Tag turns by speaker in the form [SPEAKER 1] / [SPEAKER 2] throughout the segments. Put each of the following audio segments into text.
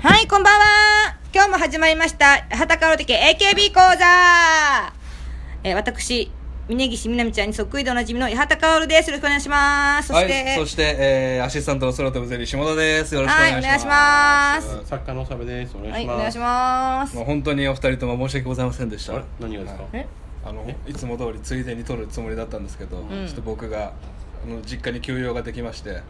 [SPEAKER 1] はい、こんばんは。今日も始まりました、畑かおてけ AKB 講座。えー私、峯岸みなみちゃんにそっくりでおなじみの八幡薫です。よろしくお願いします。そ
[SPEAKER 2] は
[SPEAKER 1] して、
[SPEAKER 2] い、そして、えー、アシスタントの空飛ぶゼリー下田です。よろしくお
[SPEAKER 1] はい、
[SPEAKER 2] 願
[SPEAKER 1] お
[SPEAKER 2] いし
[SPEAKER 1] 願いし
[SPEAKER 2] ま
[SPEAKER 1] ます。
[SPEAKER 3] 作家のサブです。お願
[SPEAKER 1] は
[SPEAKER 3] いし
[SPEAKER 1] い、
[SPEAKER 3] ます。
[SPEAKER 1] お願いし
[SPEAKER 3] ま
[SPEAKER 1] ます
[SPEAKER 2] す。も。う本当にお二人とも申し訳ございませんでした。
[SPEAKER 3] あれ何がですか、
[SPEAKER 2] はい
[SPEAKER 1] え
[SPEAKER 2] あのいつも通りついでに撮るつもりだったんですけど、ちょっと僕があの実家に休養ができまして、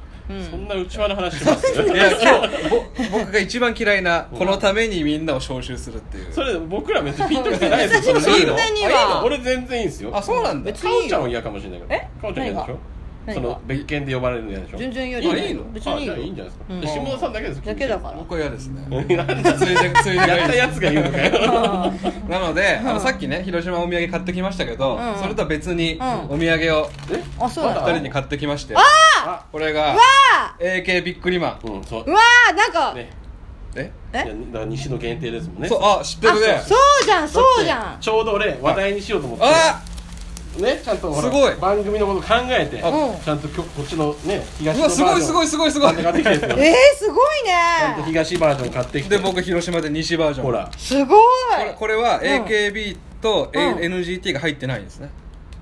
[SPEAKER 3] そんな内輪の話します
[SPEAKER 2] いや今日ぼ僕が一番嫌い なこのためにみんなを招集するっていう。
[SPEAKER 3] それ僕ら別にピンときてないですよ。
[SPEAKER 1] 別に
[SPEAKER 3] それいいの
[SPEAKER 1] そんなには
[SPEAKER 3] あいいの俺全然いいですよ。
[SPEAKER 2] あ、そうなんだ。
[SPEAKER 1] 別
[SPEAKER 3] か
[SPEAKER 1] にいい
[SPEAKER 3] お
[SPEAKER 1] よ
[SPEAKER 3] ちゃんは嫌かもしれないけど
[SPEAKER 1] え。
[SPEAKER 3] かおちゃん嫌でしょ
[SPEAKER 1] 何が
[SPEAKER 3] その別件で呼ばれるの嫌でしょ
[SPEAKER 1] 全然嫌
[SPEAKER 3] い
[SPEAKER 1] だよ
[SPEAKER 3] いのいいの
[SPEAKER 1] 別にいいよ
[SPEAKER 3] あじゃあいいんじゃないですか、
[SPEAKER 1] うん
[SPEAKER 3] で下田さんだけですよ
[SPEAKER 1] だけだから。
[SPEAKER 2] 僕は嫌ですね。
[SPEAKER 3] なんだ
[SPEAKER 2] ついでついでがいい
[SPEAKER 3] やったやつが言うのかよ
[SPEAKER 2] なので、あのさっきね広島お土産買ってきましたけど、
[SPEAKER 1] うん
[SPEAKER 2] それとは別に
[SPEAKER 1] ん
[SPEAKER 2] お土産を
[SPEAKER 3] え
[SPEAKER 1] あ、そうなん
[SPEAKER 2] 二
[SPEAKER 1] だ。
[SPEAKER 2] 人
[SPEAKER 3] まだ
[SPEAKER 2] に買ってきましてこれが
[SPEAKER 1] うわ
[SPEAKER 2] AK ビックリマン
[SPEAKER 3] うんそ
[SPEAKER 1] ー
[SPEAKER 3] う
[SPEAKER 1] うわーなんか、
[SPEAKER 3] ね
[SPEAKER 2] え
[SPEAKER 1] え
[SPEAKER 3] いやだから西の限定ですもんね
[SPEAKER 2] そうあ知ってるね
[SPEAKER 1] あ、そうじゃん、そうじゃん。
[SPEAKER 3] ちょうど俺話題にしようと思って
[SPEAKER 2] あ
[SPEAKER 3] ねちゃんとほら
[SPEAKER 2] すごい
[SPEAKER 3] 番組のこと考えてち
[SPEAKER 1] うん
[SPEAKER 3] ゃんときょこっちのね東
[SPEAKER 2] う
[SPEAKER 3] の
[SPEAKER 2] わすごいすご
[SPEAKER 3] い
[SPEAKER 2] いすごいすごい
[SPEAKER 3] 買ってきてるんですよ
[SPEAKER 1] えー、すごい
[SPEAKER 3] ちゃんと
[SPEAKER 1] ね。
[SPEAKER 3] 東バージョン買ってきて
[SPEAKER 2] で僕広島で西バージョン
[SPEAKER 3] ほら、
[SPEAKER 1] すごい。
[SPEAKER 2] これこれは AKB と
[SPEAKER 1] うん
[SPEAKER 2] A- NGT が入ってないんですね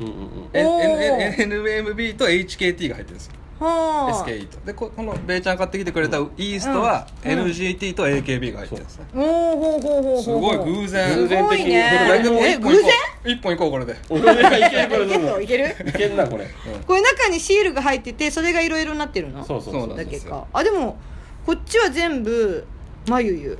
[SPEAKER 3] うんうんうん、
[SPEAKER 2] え
[SPEAKER 1] おー
[SPEAKER 2] N- N- NMB と HKT が入ってるんですよ
[SPEAKER 1] はあ
[SPEAKER 2] SKE とでここのベイちゃん買ってきてくれたイーストは
[SPEAKER 1] うんうん
[SPEAKER 2] NGT と AKB が入ってるんですね
[SPEAKER 1] おーほうほうほう
[SPEAKER 2] す
[SPEAKER 1] ほうほ
[SPEAKER 2] ご
[SPEAKER 1] う
[SPEAKER 2] い偶然
[SPEAKER 1] すごいね
[SPEAKER 3] 偶然的に
[SPEAKER 1] え
[SPEAKER 2] え
[SPEAKER 1] 偶然
[SPEAKER 2] 一本いこうこれで
[SPEAKER 3] 俺がいけるこれ
[SPEAKER 1] いける
[SPEAKER 3] 飲
[SPEAKER 1] よ
[SPEAKER 3] む
[SPEAKER 1] いける
[SPEAKER 3] いけんなこれ
[SPEAKER 1] これ中にシールが入っててそれがいろいろなってるの
[SPEAKER 3] そうそう
[SPEAKER 2] そ
[SPEAKER 3] そう
[SPEAKER 2] な
[SPEAKER 3] うん
[SPEAKER 1] だ
[SPEAKER 2] で
[SPEAKER 1] け
[SPEAKER 2] すよ
[SPEAKER 1] かあでもこっちは全部まゆゆ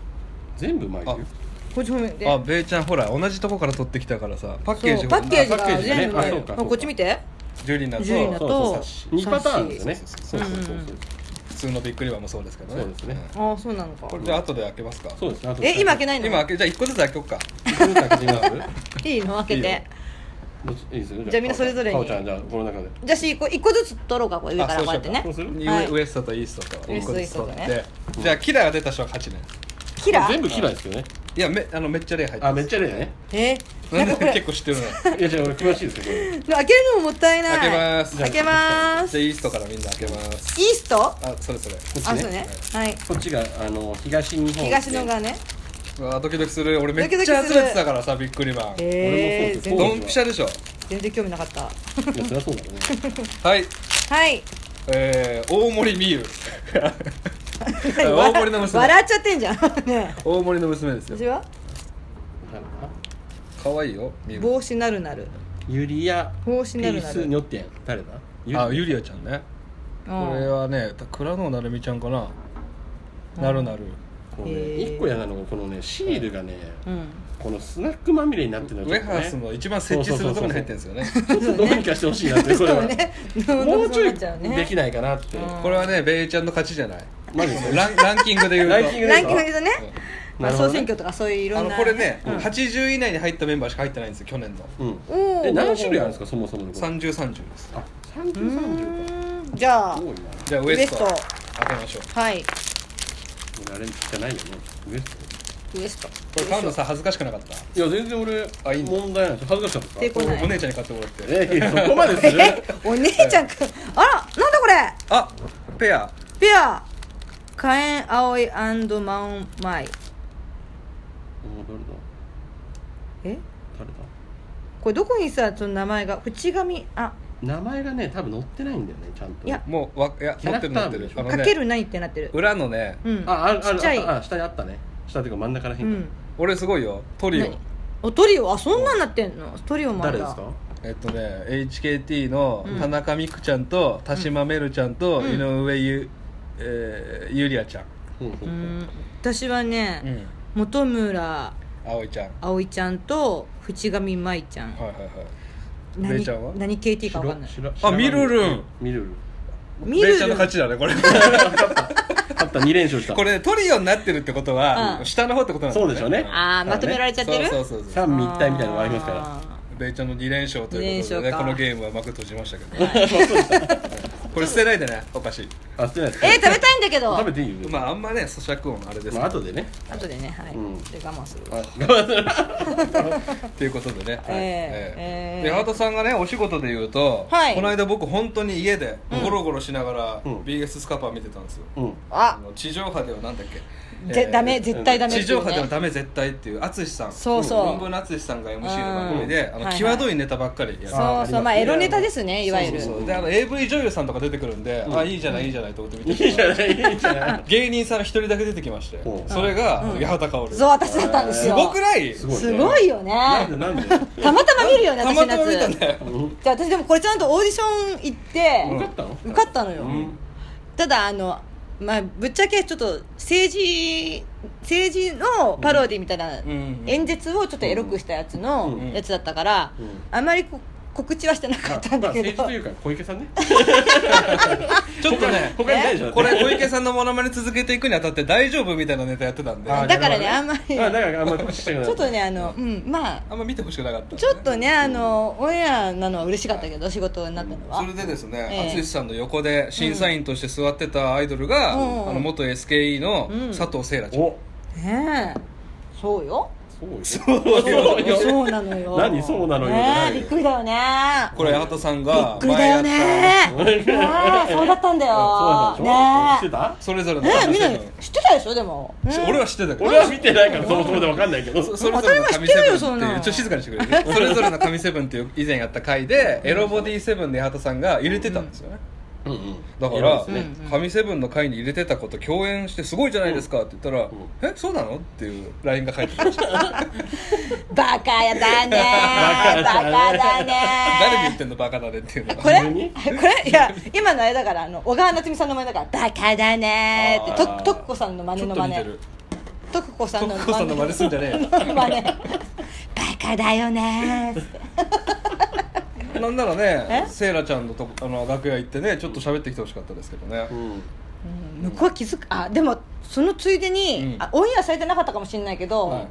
[SPEAKER 3] 全部巻いてる
[SPEAKER 1] こっち方面で
[SPEAKER 2] あベイちゃんほら同じとこから取ってきたからさパッケー
[SPEAKER 1] そ
[SPEAKER 2] ジ
[SPEAKER 1] うパッケージ
[SPEAKER 3] あパッケ
[SPEAKER 1] が
[SPEAKER 3] ージね
[SPEAKER 1] 全部
[SPEAKER 3] あそうかそうか
[SPEAKER 1] こっち見て
[SPEAKER 2] ジュリナと
[SPEAKER 1] ジュリナ
[SPEAKER 3] そう
[SPEAKER 1] と
[SPEAKER 3] そうそう2パターンですね
[SPEAKER 2] そ
[SPEAKER 3] そうう
[SPEAKER 2] そ
[SPEAKER 3] そうう
[SPEAKER 2] そう
[SPEAKER 3] そうう
[SPEAKER 2] 普通のビックリマンもそうですけどね
[SPEAKER 3] そうですね
[SPEAKER 2] ん
[SPEAKER 1] ああそうなのか
[SPEAKER 2] じゃあ後で開けますか
[SPEAKER 3] そうですねあと
[SPEAKER 1] え今開けないの
[SPEAKER 2] 今開けじゃあ1個ずつ開けようか
[SPEAKER 3] どっちだけ 今ある
[SPEAKER 1] いいの開け
[SPEAKER 3] いいよ
[SPEAKER 1] て
[SPEAKER 3] どっちいいですよ
[SPEAKER 1] じゃあみんなそれぞれに
[SPEAKER 3] かおちゃんじゃあこの中で
[SPEAKER 1] じゃあしこう一個ずつ取ろうかこれ上からこうやってね
[SPEAKER 3] そうしようか
[SPEAKER 2] に
[SPEAKER 1] はい
[SPEAKER 2] ウエストとイーストと
[SPEAKER 1] ウエスト
[SPEAKER 2] 一個ずつ取っ
[SPEAKER 1] イーストと
[SPEAKER 2] てじゃあキラーが出た人は勝ちね
[SPEAKER 1] キラ
[SPEAKER 3] 全部嫌いですけどね
[SPEAKER 2] いやめあのめっちゃ例入って
[SPEAKER 3] あ
[SPEAKER 2] ま
[SPEAKER 3] めっちゃねね
[SPEAKER 1] え
[SPEAKER 2] す
[SPEAKER 1] ーな
[SPEAKER 2] なんん
[SPEAKER 1] かこれ
[SPEAKER 2] で 結構知ってる な
[SPEAKER 3] えじゃあ俺詳しいですよ
[SPEAKER 1] 開けるのももったいない
[SPEAKER 2] 開けます
[SPEAKER 1] 開けま
[SPEAKER 2] じ
[SPEAKER 1] す
[SPEAKER 2] ゃ
[SPEAKER 1] イ
[SPEAKER 2] あイーストからみんな開けます
[SPEAKER 1] ースト
[SPEAKER 2] あそれそれ
[SPEAKER 3] これこ
[SPEAKER 1] あ
[SPEAKER 3] っち
[SPEAKER 1] そう
[SPEAKER 3] ね
[SPEAKER 1] ねはい
[SPEAKER 3] こっちがあの東日本
[SPEAKER 1] 東のがね
[SPEAKER 2] うわドキドキする俺めっ
[SPEAKER 1] ドキ
[SPEAKER 2] ち
[SPEAKER 1] ド
[SPEAKER 2] ゃ
[SPEAKER 1] キす
[SPEAKER 2] 集
[SPEAKER 1] る
[SPEAKER 2] めてたからさビックリマン
[SPEAKER 1] えー
[SPEAKER 3] 俺もそうです
[SPEAKER 1] 全然
[SPEAKER 2] ドンピシャでしょ
[SPEAKER 1] 全然興味なかった
[SPEAKER 3] いやそりゃそうだろうね
[SPEAKER 2] はい
[SPEAKER 1] はい
[SPEAKER 2] えー大森 美優大森の娘
[SPEAKER 1] 笑っちゃってんじゃん ねえ
[SPEAKER 2] 大森の娘です
[SPEAKER 1] 私
[SPEAKER 2] よ
[SPEAKER 1] は
[SPEAKER 3] なんだ
[SPEAKER 2] 可愛いよ美優
[SPEAKER 1] 帽子なるなる
[SPEAKER 3] ユリア
[SPEAKER 1] 帽子
[SPEAKER 3] ピ
[SPEAKER 1] なる
[SPEAKER 3] ー
[SPEAKER 1] な
[SPEAKER 3] ス
[SPEAKER 1] る
[SPEAKER 3] ニョッテン誰だ
[SPEAKER 2] あ
[SPEAKER 3] リ
[SPEAKER 2] ゆりあちゃんねこれ
[SPEAKER 1] う
[SPEAKER 2] はねた倉野なるみちゃんかな、
[SPEAKER 1] うん
[SPEAKER 2] なるなる
[SPEAKER 3] このね
[SPEAKER 1] へー
[SPEAKER 3] 1個嫌なのがこのねシールがね
[SPEAKER 1] んうん
[SPEAKER 3] このスナックまみれになって
[SPEAKER 2] ウ
[SPEAKER 3] るのが
[SPEAKER 2] ェ
[SPEAKER 3] ちょっ
[SPEAKER 2] ハ
[SPEAKER 3] とね
[SPEAKER 2] ースの一番設置するところに入ってるんですよね
[SPEAKER 3] ちょっとどうにかしてほしいなってこれ
[SPEAKER 1] そ
[SPEAKER 3] は
[SPEAKER 1] うね
[SPEAKER 3] もうちょい
[SPEAKER 1] どぞ
[SPEAKER 3] できないかなって
[SPEAKER 1] うん
[SPEAKER 2] これはねベイちゃんの勝ちじゃない
[SPEAKER 3] マジで
[SPEAKER 2] ランランキングで言うと
[SPEAKER 3] ランキング
[SPEAKER 1] ランキングで言うとね
[SPEAKER 3] うん
[SPEAKER 1] まあ
[SPEAKER 3] なるほ
[SPEAKER 1] 総
[SPEAKER 3] どね
[SPEAKER 1] 選挙とかそういういろ
[SPEAKER 2] あ
[SPEAKER 1] ん
[SPEAKER 2] の
[SPEAKER 1] な
[SPEAKER 2] これね、
[SPEAKER 1] うん
[SPEAKER 2] 80位以内に入ったメンバーしか入ってないんですよ去年の
[SPEAKER 3] うん
[SPEAKER 1] おー
[SPEAKER 3] え何種類あるんですかそもそものこれ
[SPEAKER 2] 3030です
[SPEAKER 3] あ三十三十か
[SPEAKER 1] うーんじゃあ
[SPEAKER 3] 多いな
[SPEAKER 2] じゃあウ
[SPEAKER 1] ウ
[SPEAKER 2] エ
[SPEAKER 1] エス
[SPEAKER 2] スト
[SPEAKER 1] ト
[SPEAKER 2] 開けましょう
[SPEAKER 1] はい
[SPEAKER 3] 俺あれじゃないよねウエス
[SPEAKER 1] ウエスト
[SPEAKER 2] これ買うのさ恥ずかしくなかった
[SPEAKER 3] トいや全然俺
[SPEAKER 2] あいいんだ
[SPEAKER 3] 問題ない恥ずかしかった
[SPEAKER 1] 抵抗
[SPEAKER 2] こ
[SPEAKER 1] な
[SPEAKER 2] れ
[SPEAKER 1] い
[SPEAKER 2] お姉ちゃんに買ってもらって
[SPEAKER 3] えいやそこまでする
[SPEAKER 1] えお姉ちゃんかあらなんだこれ
[SPEAKER 2] あペア
[SPEAKER 1] ペア火炎葵マウンマイ
[SPEAKER 3] もう誰だ
[SPEAKER 1] え
[SPEAKER 3] 誰だ
[SPEAKER 1] これどこにさその名前が淵上あ
[SPEAKER 3] 名前がね多分載ってないんだよねちゃんと
[SPEAKER 1] いや
[SPEAKER 2] もうわいや
[SPEAKER 3] キャ
[SPEAKER 2] 持っ
[SPEAKER 3] ラ
[SPEAKER 2] て
[SPEAKER 3] ク
[SPEAKER 2] る持
[SPEAKER 3] ター
[SPEAKER 2] ってる
[SPEAKER 3] でしょ
[SPEAKER 2] あの
[SPEAKER 1] かけ
[SPEAKER 2] ね
[SPEAKER 1] る何ってなってる
[SPEAKER 2] 裏のね
[SPEAKER 1] うん
[SPEAKER 3] ああるあ
[SPEAKER 1] ちっちゃい
[SPEAKER 3] るああ下にあったね下っていうか真ん中らへ
[SPEAKER 1] うんん
[SPEAKER 3] か
[SPEAKER 2] 俺すごいよトリオ
[SPEAKER 1] 何おトリオあそんなんなってんのトリオもあ
[SPEAKER 3] 誰
[SPEAKER 1] るん
[SPEAKER 3] で
[SPEAKER 1] だ
[SPEAKER 3] すか
[SPEAKER 2] えっとね HKT の
[SPEAKER 1] うん
[SPEAKER 2] 田中美久ちゃんと田島めるちゃんと
[SPEAKER 1] うん
[SPEAKER 2] 井上ゆ,、えーゆりあちゃん、
[SPEAKER 3] うんう
[SPEAKER 1] うんん私は
[SPEAKER 2] う
[SPEAKER 1] ね
[SPEAKER 2] ん、
[SPEAKER 1] 本村
[SPEAKER 2] 葵ちゃん
[SPEAKER 1] 葵ちゃんと淵上舞ちゃん
[SPEAKER 2] はいはいはい
[SPEAKER 1] 何
[SPEAKER 2] レイちゃんは
[SPEAKER 1] 何 KT か分かんない
[SPEAKER 3] 白白
[SPEAKER 2] あみるるん
[SPEAKER 3] みるるん
[SPEAKER 1] 見
[SPEAKER 2] レ
[SPEAKER 1] る
[SPEAKER 2] イちゃんの勝ちだねこ れ
[SPEAKER 3] 勝った2連勝した
[SPEAKER 2] これトリオになってるってことは、
[SPEAKER 1] うん
[SPEAKER 2] 下の方ってことなんだね
[SPEAKER 3] そうでしょうね
[SPEAKER 1] あーまとめられちゃってる
[SPEAKER 2] そうそうそうそう
[SPEAKER 3] 三位一体みたいなのがありますから
[SPEAKER 2] レイちゃんの2連勝ということ
[SPEAKER 1] 二連勝
[SPEAKER 2] で、ね、
[SPEAKER 1] か
[SPEAKER 2] このゲームは幕閉じましたけど、 これ捨てないでねお菓子
[SPEAKER 3] あ捨てないです
[SPEAKER 1] えー、食べたいんだけど
[SPEAKER 3] 食べていいよ
[SPEAKER 2] まああんまね咀嚼音あれですけど、
[SPEAKER 3] まあ後でね
[SPEAKER 1] 後でねはい、
[SPEAKER 3] うん
[SPEAKER 1] で我慢するわ
[SPEAKER 3] あ我慢する
[SPEAKER 2] ということでね、
[SPEAKER 1] ええ
[SPEAKER 2] で
[SPEAKER 1] ええ
[SPEAKER 2] 八幡さんがねお仕事で言うと、
[SPEAKER 1] はい
[SPEAKER 2] この間僕本当に家でゴロゴロしながら
[SPEAKER 3] うん
[SPEAKER 2] BS スカパー見てたんですよ、
[SPEAKER 3] うん
[SPEAKER 1] あ
[SPEAKER 2] あの地上波ではなんだっけ
[SPEAKER 1] ぜダメ絶対ダメってい
[SPEAKER 2] 地
[SPEAKER 1] うね
[SPEAKER 2] 上波ではダメ絶対っていう淳さん
[SPEAKER 1] そうそう
[SPEAKER 2] 論文の淳さんが MC の番組
[SPEAKER 1] う
[SPEAKER 2] で
[SPEAKER 1] ん
[SPEAKER 2] あ
[SPEAKER 1] は
[SPEAKER 2] の
[SPEAKER 1] いはい
[SPEAKER 2] 際どいネタばっかりやる
[SPEAKER 1] そうそうまあエロネタですねいわゆる
[SPEAKER 2] そうそうそうであの AV 女優さんとか出てくるんで、あいいじゃないいいじゃないと思って見
[SPEAKER 3] いい
[SPEAKER 2] て
[SPEAKER 3] じ
[SPEAKER 2] た
[SPEAKER 3] ゃ
[SPEAKER 2] ら
[SPEAKER 3] ないいいじゃない
[SPEAKER 2] 芸人さんが一人だけ出てきまして
[SPEAKER 3] ほう
[SPEAKER 2] それが八幡薫
[SPEAKER 1] そう私だったんです
[SPEAKER 2] す
[SPEAKER 1] よ
[SPEAKER 2] ごくない
[SPEAKER 3] すごいね
[SPEAKER 1] すごいよ
[SPEAKER 3] な
[SPEAKER 1] ね
[SPEAKER 3] んでなんで
[SPEAKER 1] たまたま見るよね
[SPEAKER 2] た
[SPEAKER 1] 私
[SPEAKER 2] ま
[SPEAKER 1] の
[SPEAKER 2] たま見た
[SPEAKER 1] や
[SPEAKER 2] ん
[SPEAKER 1] つ
[SPEAKER 2] だよ
[SPEAKER 1] じゃあ私でもこれちゃんとオーディション行って、
[SPEAKER 3] 受かったの
[SPEAKER 1] 受かったのよ、
[SPEAKER 3] うん
[SPEAKER 1] ただあのまあぶっちゃけちょっと政治政治のパロディみたいな
[SPEAKER 2] うん
[SPEAKER 1] 演説をちょっとエロくしたやつの
[SPEAKER 2] うん
[SPEAKER 1] やつだったから、
[SPEAKER 3] うん
[SPEAKER 1] あまりこ告知はしてなかったん
[SPEAKER 3] ま
[SPEAKER 1] だ
[SPEAKER 3] あ
[SPEAKER 1] け
[SPEAKER 3] 政治
[SPEAKER 1] ど、
[SPEAKER 3] というか小池さんね
[SPEAKER 2] ちょっとね
[SPEAKER 3] 他にないでしょ
[SPEAKER 2] これ小池さんのモノマネ続けていくにあたって大丈夫みたいなネタやってたんで
[SPEAKER 3] あ
[SPEAKER 2] あ
[SPEAKER 1] だからねあんまり
[SPEAKER 3] あだからあんまり特殊してない
[SPEAKER 1] ちょっとねあのうんまあ
[SPEAKER 2] んま見てほしくなかったんで
[SPEAKER 1] ちょっとねあのオンエアなのは嬉しかったけど仕事になったのは、
[SPEAKER 2] それでですね
[SPEAKER 1] ええ
[SPEAKER 2] 淳さんの横で審査員として座ってたアイドルが、
[SPEAKER 1] うん
[SPEAKER 2] あの元 SKE の
[SPEAKER 1] うん
[SPEAKER 2] 佐藤聖羅ちゃん、
[SPEAKER 3] お
[SPEAKER 1] ねえそうよ
[SPEAKER 3] そうよ
[SPEAKER 1] そうよそうなのよ
[SPEAKER 3] 何そうなのよ
[SPEAKER 1] ね
[SPEAKER 3] 何
[SPEAKER 1] えびっくりだよね
[SPEAKER 2] これ八幡さん
[SPEAKER 1] び
[SPEAKER 2] が
[SPEAKER 1] っくりだよね
[SPEAKER 3] 前やった
[SPEAKER 1] ねえそうだったんだよ
[SPEAKER 3] そうなんだ知って
[SPEAKER 1] ね
[SPEAKER 3] た
[SPEAKER 2] それぞれの
[SPEAKER 1] えねえ
[SPEAKER 2] 神
[SPEAKER 1] みんな
[SPEAKER 2] セブン
[SPEAKER 1] 知ってたでしょでも、ねえ
[SPEAKER 2] 俺は知ってたけど
[SPEAKER 3] 俺は見てないからそもそもでわかんないけど
[SPEAKER 2] そそれぞれの神セ
[SPEAKER 1] 当たり前
[SPEAKER 2] ブンって
[SPEAKER 1] 知ってるよそん
[SPEAKER 2] い
[SPEAKER 1] な
[SPEAKER 2] う
[SPEAKER 1] の
[SPEAKER 2] ちょっと静かにしてくれるそれぞれの神セブンっていう以前やった回でエロボディセブンで八幡さんが入れてたんですよね、
[SPEAKER 3] うんうん
[SPEAKER 2] だから、
[SPEAKER 3] そうですね
[SPEAKER 2] 神セブンの会に入れてたこと共演してすごいじゃないですかって言ったら「えそうなの?」っていう LINE が返ってきました
[SPEAKER 1] バカやだねバ
[SPEAKER 3] バカだ
[SPEAKER 1] カ
[SPEAKER 3] ね
[SPEAKER 1] だね
[SPEAKER 2] 誰に言ってんのバカだねっていうの
[SPEAKER 1] こ
[SPEAKER 2] が
[SPEAKER 1] れ
[SPEAKER 3] 自分に
[SPEAKER 1] これいや今のあれだからあの小川夏美さんの真似だから「バカだね」っ
[SPEAKER 3] あ
[SPEAKER 1] て
[SPEAKER 3] ー
[SPEAKER 1] ととっこさんの真似
[SPEAKER 2] ちょっ
[SPEAKER 1] の
[SPEAKER 2] と
[SPEAKER 1] 真
[SPEAKER 2] 似て
[SPEAKER 1] 似
[SPEAKER 2] る
[SPEAKER 1] とっこさんの
[SPEAKER 2] 徳子さんの真似すんじゃね
[SPEAKER 1] の 真似バカだよねーって
[SPEAKER 2] えよなんなら
[SPEAKER 1] え
[SPEAKER 2] ねセイラちゃんのとこあの楽屋行ってねちょっと喋ってきてほしかったですけどね
[SPEAKER 3] うん
[SPEAKER 1] 向こうは気づくあでもそのついでに、
[SPEAKER 2] うん
[SPEAKER 1] あオンエアされてなかったかもしれないけど、
[SPEAKER 2] はい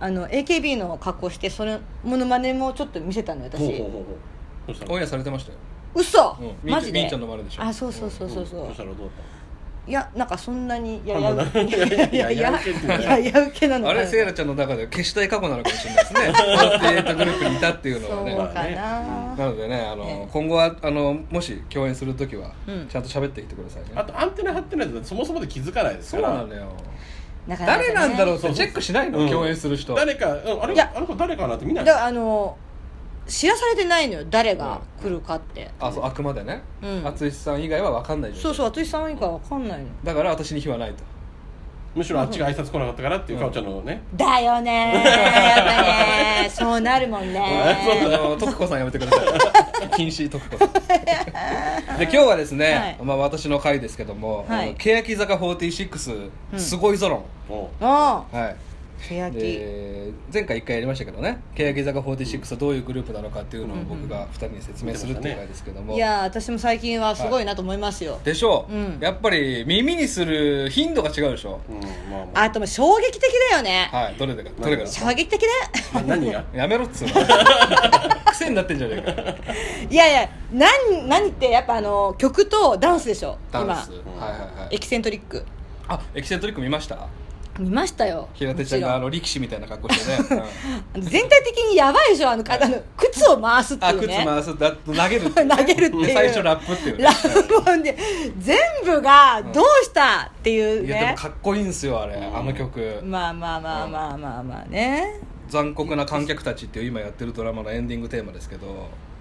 [SPEAKER 1] あの AKB の格好してそのモノマネもちょっと見せたのよ私
[SPEAKER 3] ほうほうほうほうどうした
[SPEAKER 2] オンエ
[SPEAKER 3] の
[SPEAKER 2] アされてましたよ
[SPEAKER 1] 嘘、
[SPEAKER 2] うん
[SPEAKER 1] マジ
[SPEAKER 2] みー
[SPEAKER 1] で
[SPEAKER 2] ちゃんの真似でしょ
[SPEAKER 1] あそうそうそうそうそう、
[SPEAKER 3] どうしたのどうだっ
[SPEAKER 1] いやなんかそんなにいや
[SPEAKER 3] あ
[SPEAKER 1] や
[SPEAKER 3] まあ
[SPEAKER 1] いや いやい
[SPEAKER 3] やや
[SPEAKER 1] や
[SPEAKER 3] 受けっていう
[SPEAKER 1] い
[SPEAKER 3] ね
[SPEAKER 1] やや受けなの
[SPEAKER 2] あ
[SPEAKER 1] かな
[SPEAKER 2] れセイラちゃんの中では消したい過去なのかもしれないで すねこうやってエイトグループにいたっていうのは
[SPEAKER 1] そう
[SPEAKER 2] ね
[SPEAKER 1] かな、
[SPEAKER 2] なのでねあの、
[SPEAKER 1] ええ
[SPEAKER 2] 今後はあのもし共演する時は、
[SPEAKER 1] うん
[SPEAKER 2] ちゃんと喋ってきてくださいね
[SPEAKER 3] たあとアンテナ張ってないとそもそもで気づかないです
[SPEAKER 2] そ
[SPEAKER 3] か
[SPEAKER 2] う
[SPEAKER 3] ら
[SPEAKER 2] なのよ
[SPEAKER 1] なかなかね
[SPEAKER 2] 誰なんだろうっ
[SPEAKER 3] そう
[SPEAKER 2] て
[SPEAKER 3] そう
[SPEAKER 2] チェックしないの、
[SPEAKER 3] うん
[SPEAKER 2] 共演する人
[SPEAKER 3] 誰かうんあ
[SPEAKER 1] い
[SPEAKER 3] れ
[SPEAKER 1] や
[SPEAKER 3] あの子誰かなって見な
[SPEAKER 1] だ
[SPEAKER 3] い
[SPEAKER 1] からあの知らされてないのよ誰が来るかって、
[SPEAKER 2] あそうあくまでね
[SPEAKER 1] うん
[SPEAKER 2] 淳、さん以外は分かんない
[SPEAKER 1] そう
[SPEAKER 2] う
[SPEAKER 1] そう私さん以外わかんないの
[SPEAKER 2] だから私に非はないと
[SPEAKER 3] むしろあっちが挨拶来なかったからっていうかおちゃんのね
[SPEAKER 1] だよねーやっぱねーそうなるもん
[SPEAKER 2] あ
[SPEAKER 1] ね
[SPEAKER 2] の徳子さんやめてくださ い禁止徳子さんで今日はですね、
[SPEAKER 1] はい
[SPEAKER 2] まあ、私の回ですけども、
[SPEAKER 1] はい
[SPEAKER 2] あの欅坂46、
[SPEAKER 1] うん
[SPEAKER 2] すごいゾロン、
[SPEAKER 3] お
[SPEAKER 1] おう
[SPEAKER 2] はい
[SPEAKER 1] けやき
[SPEAKER 2] で前回1回やりましたけどね欅坂46はどういうグループなのかっていうのを僕が2人に説明するっていう回ですけども、
[SPEAKER 1] いやー私も最近はすごいなと思いますよ、
[SPEAKER 2] でしょう、
[SPEAKER 1] うん
[SPEAKER 2] やっぱり耳にする頻度が違うでしょ
[SPEAKER 3] うんまあまあ
[SPEAKER 1] あともう衝撃的だよね、
[SPEAKER 2] はいどれだかどれか
[SPEAKER 1] 衝撃的だ
[SPEAKER 3] な 何が
[SPEAKER 2] やめろっつうの癖になってんじゃねえか
[SPEAKER 1] いやいや何何ってやっぱあの曲とダンスでしょ
[SPEAKER 2] ダン
[SPEAKER 1] 今
[SPEAKER 2] ス、はいはいはい
[SPEAKER 1] エキセントリック
[SPEAKER 2] あエキセントリック見ました
[SPEAKER 1] 見ましたよ
[SPEAKER 2] 平手ちゃんがあ
[SPEAKER 1] も
[SPEAKER 2] の力士みたいな格好してね、
[SPEAKER 1] ちろんあの全体的にやばいでしょあのあの靴を回すって
[SPEAKER 2] あ
[SPEAKER 1] い
[SPEAKER 2] 靴
[SPEAKER 1] うね
[SPEAKER 2] 回すだ投げるっていうね
[SPEAKER 1] 投げるっていう
[SPEAKER 2] 最初ラップっていうね
[SPEAKER 1] ラブホンで全部がどうしたっていう
[SPEAKER 2] いやでも
[SPEAKER 1] ね、
[SPEAKER 2] かっこいいんすよあれあの曲、
[SPEAKER 1] まあまあまあまあまあまあね
[SPEAKER 2] 残酷な観客たちっていう今やってるドラマのエンディングテーマですけど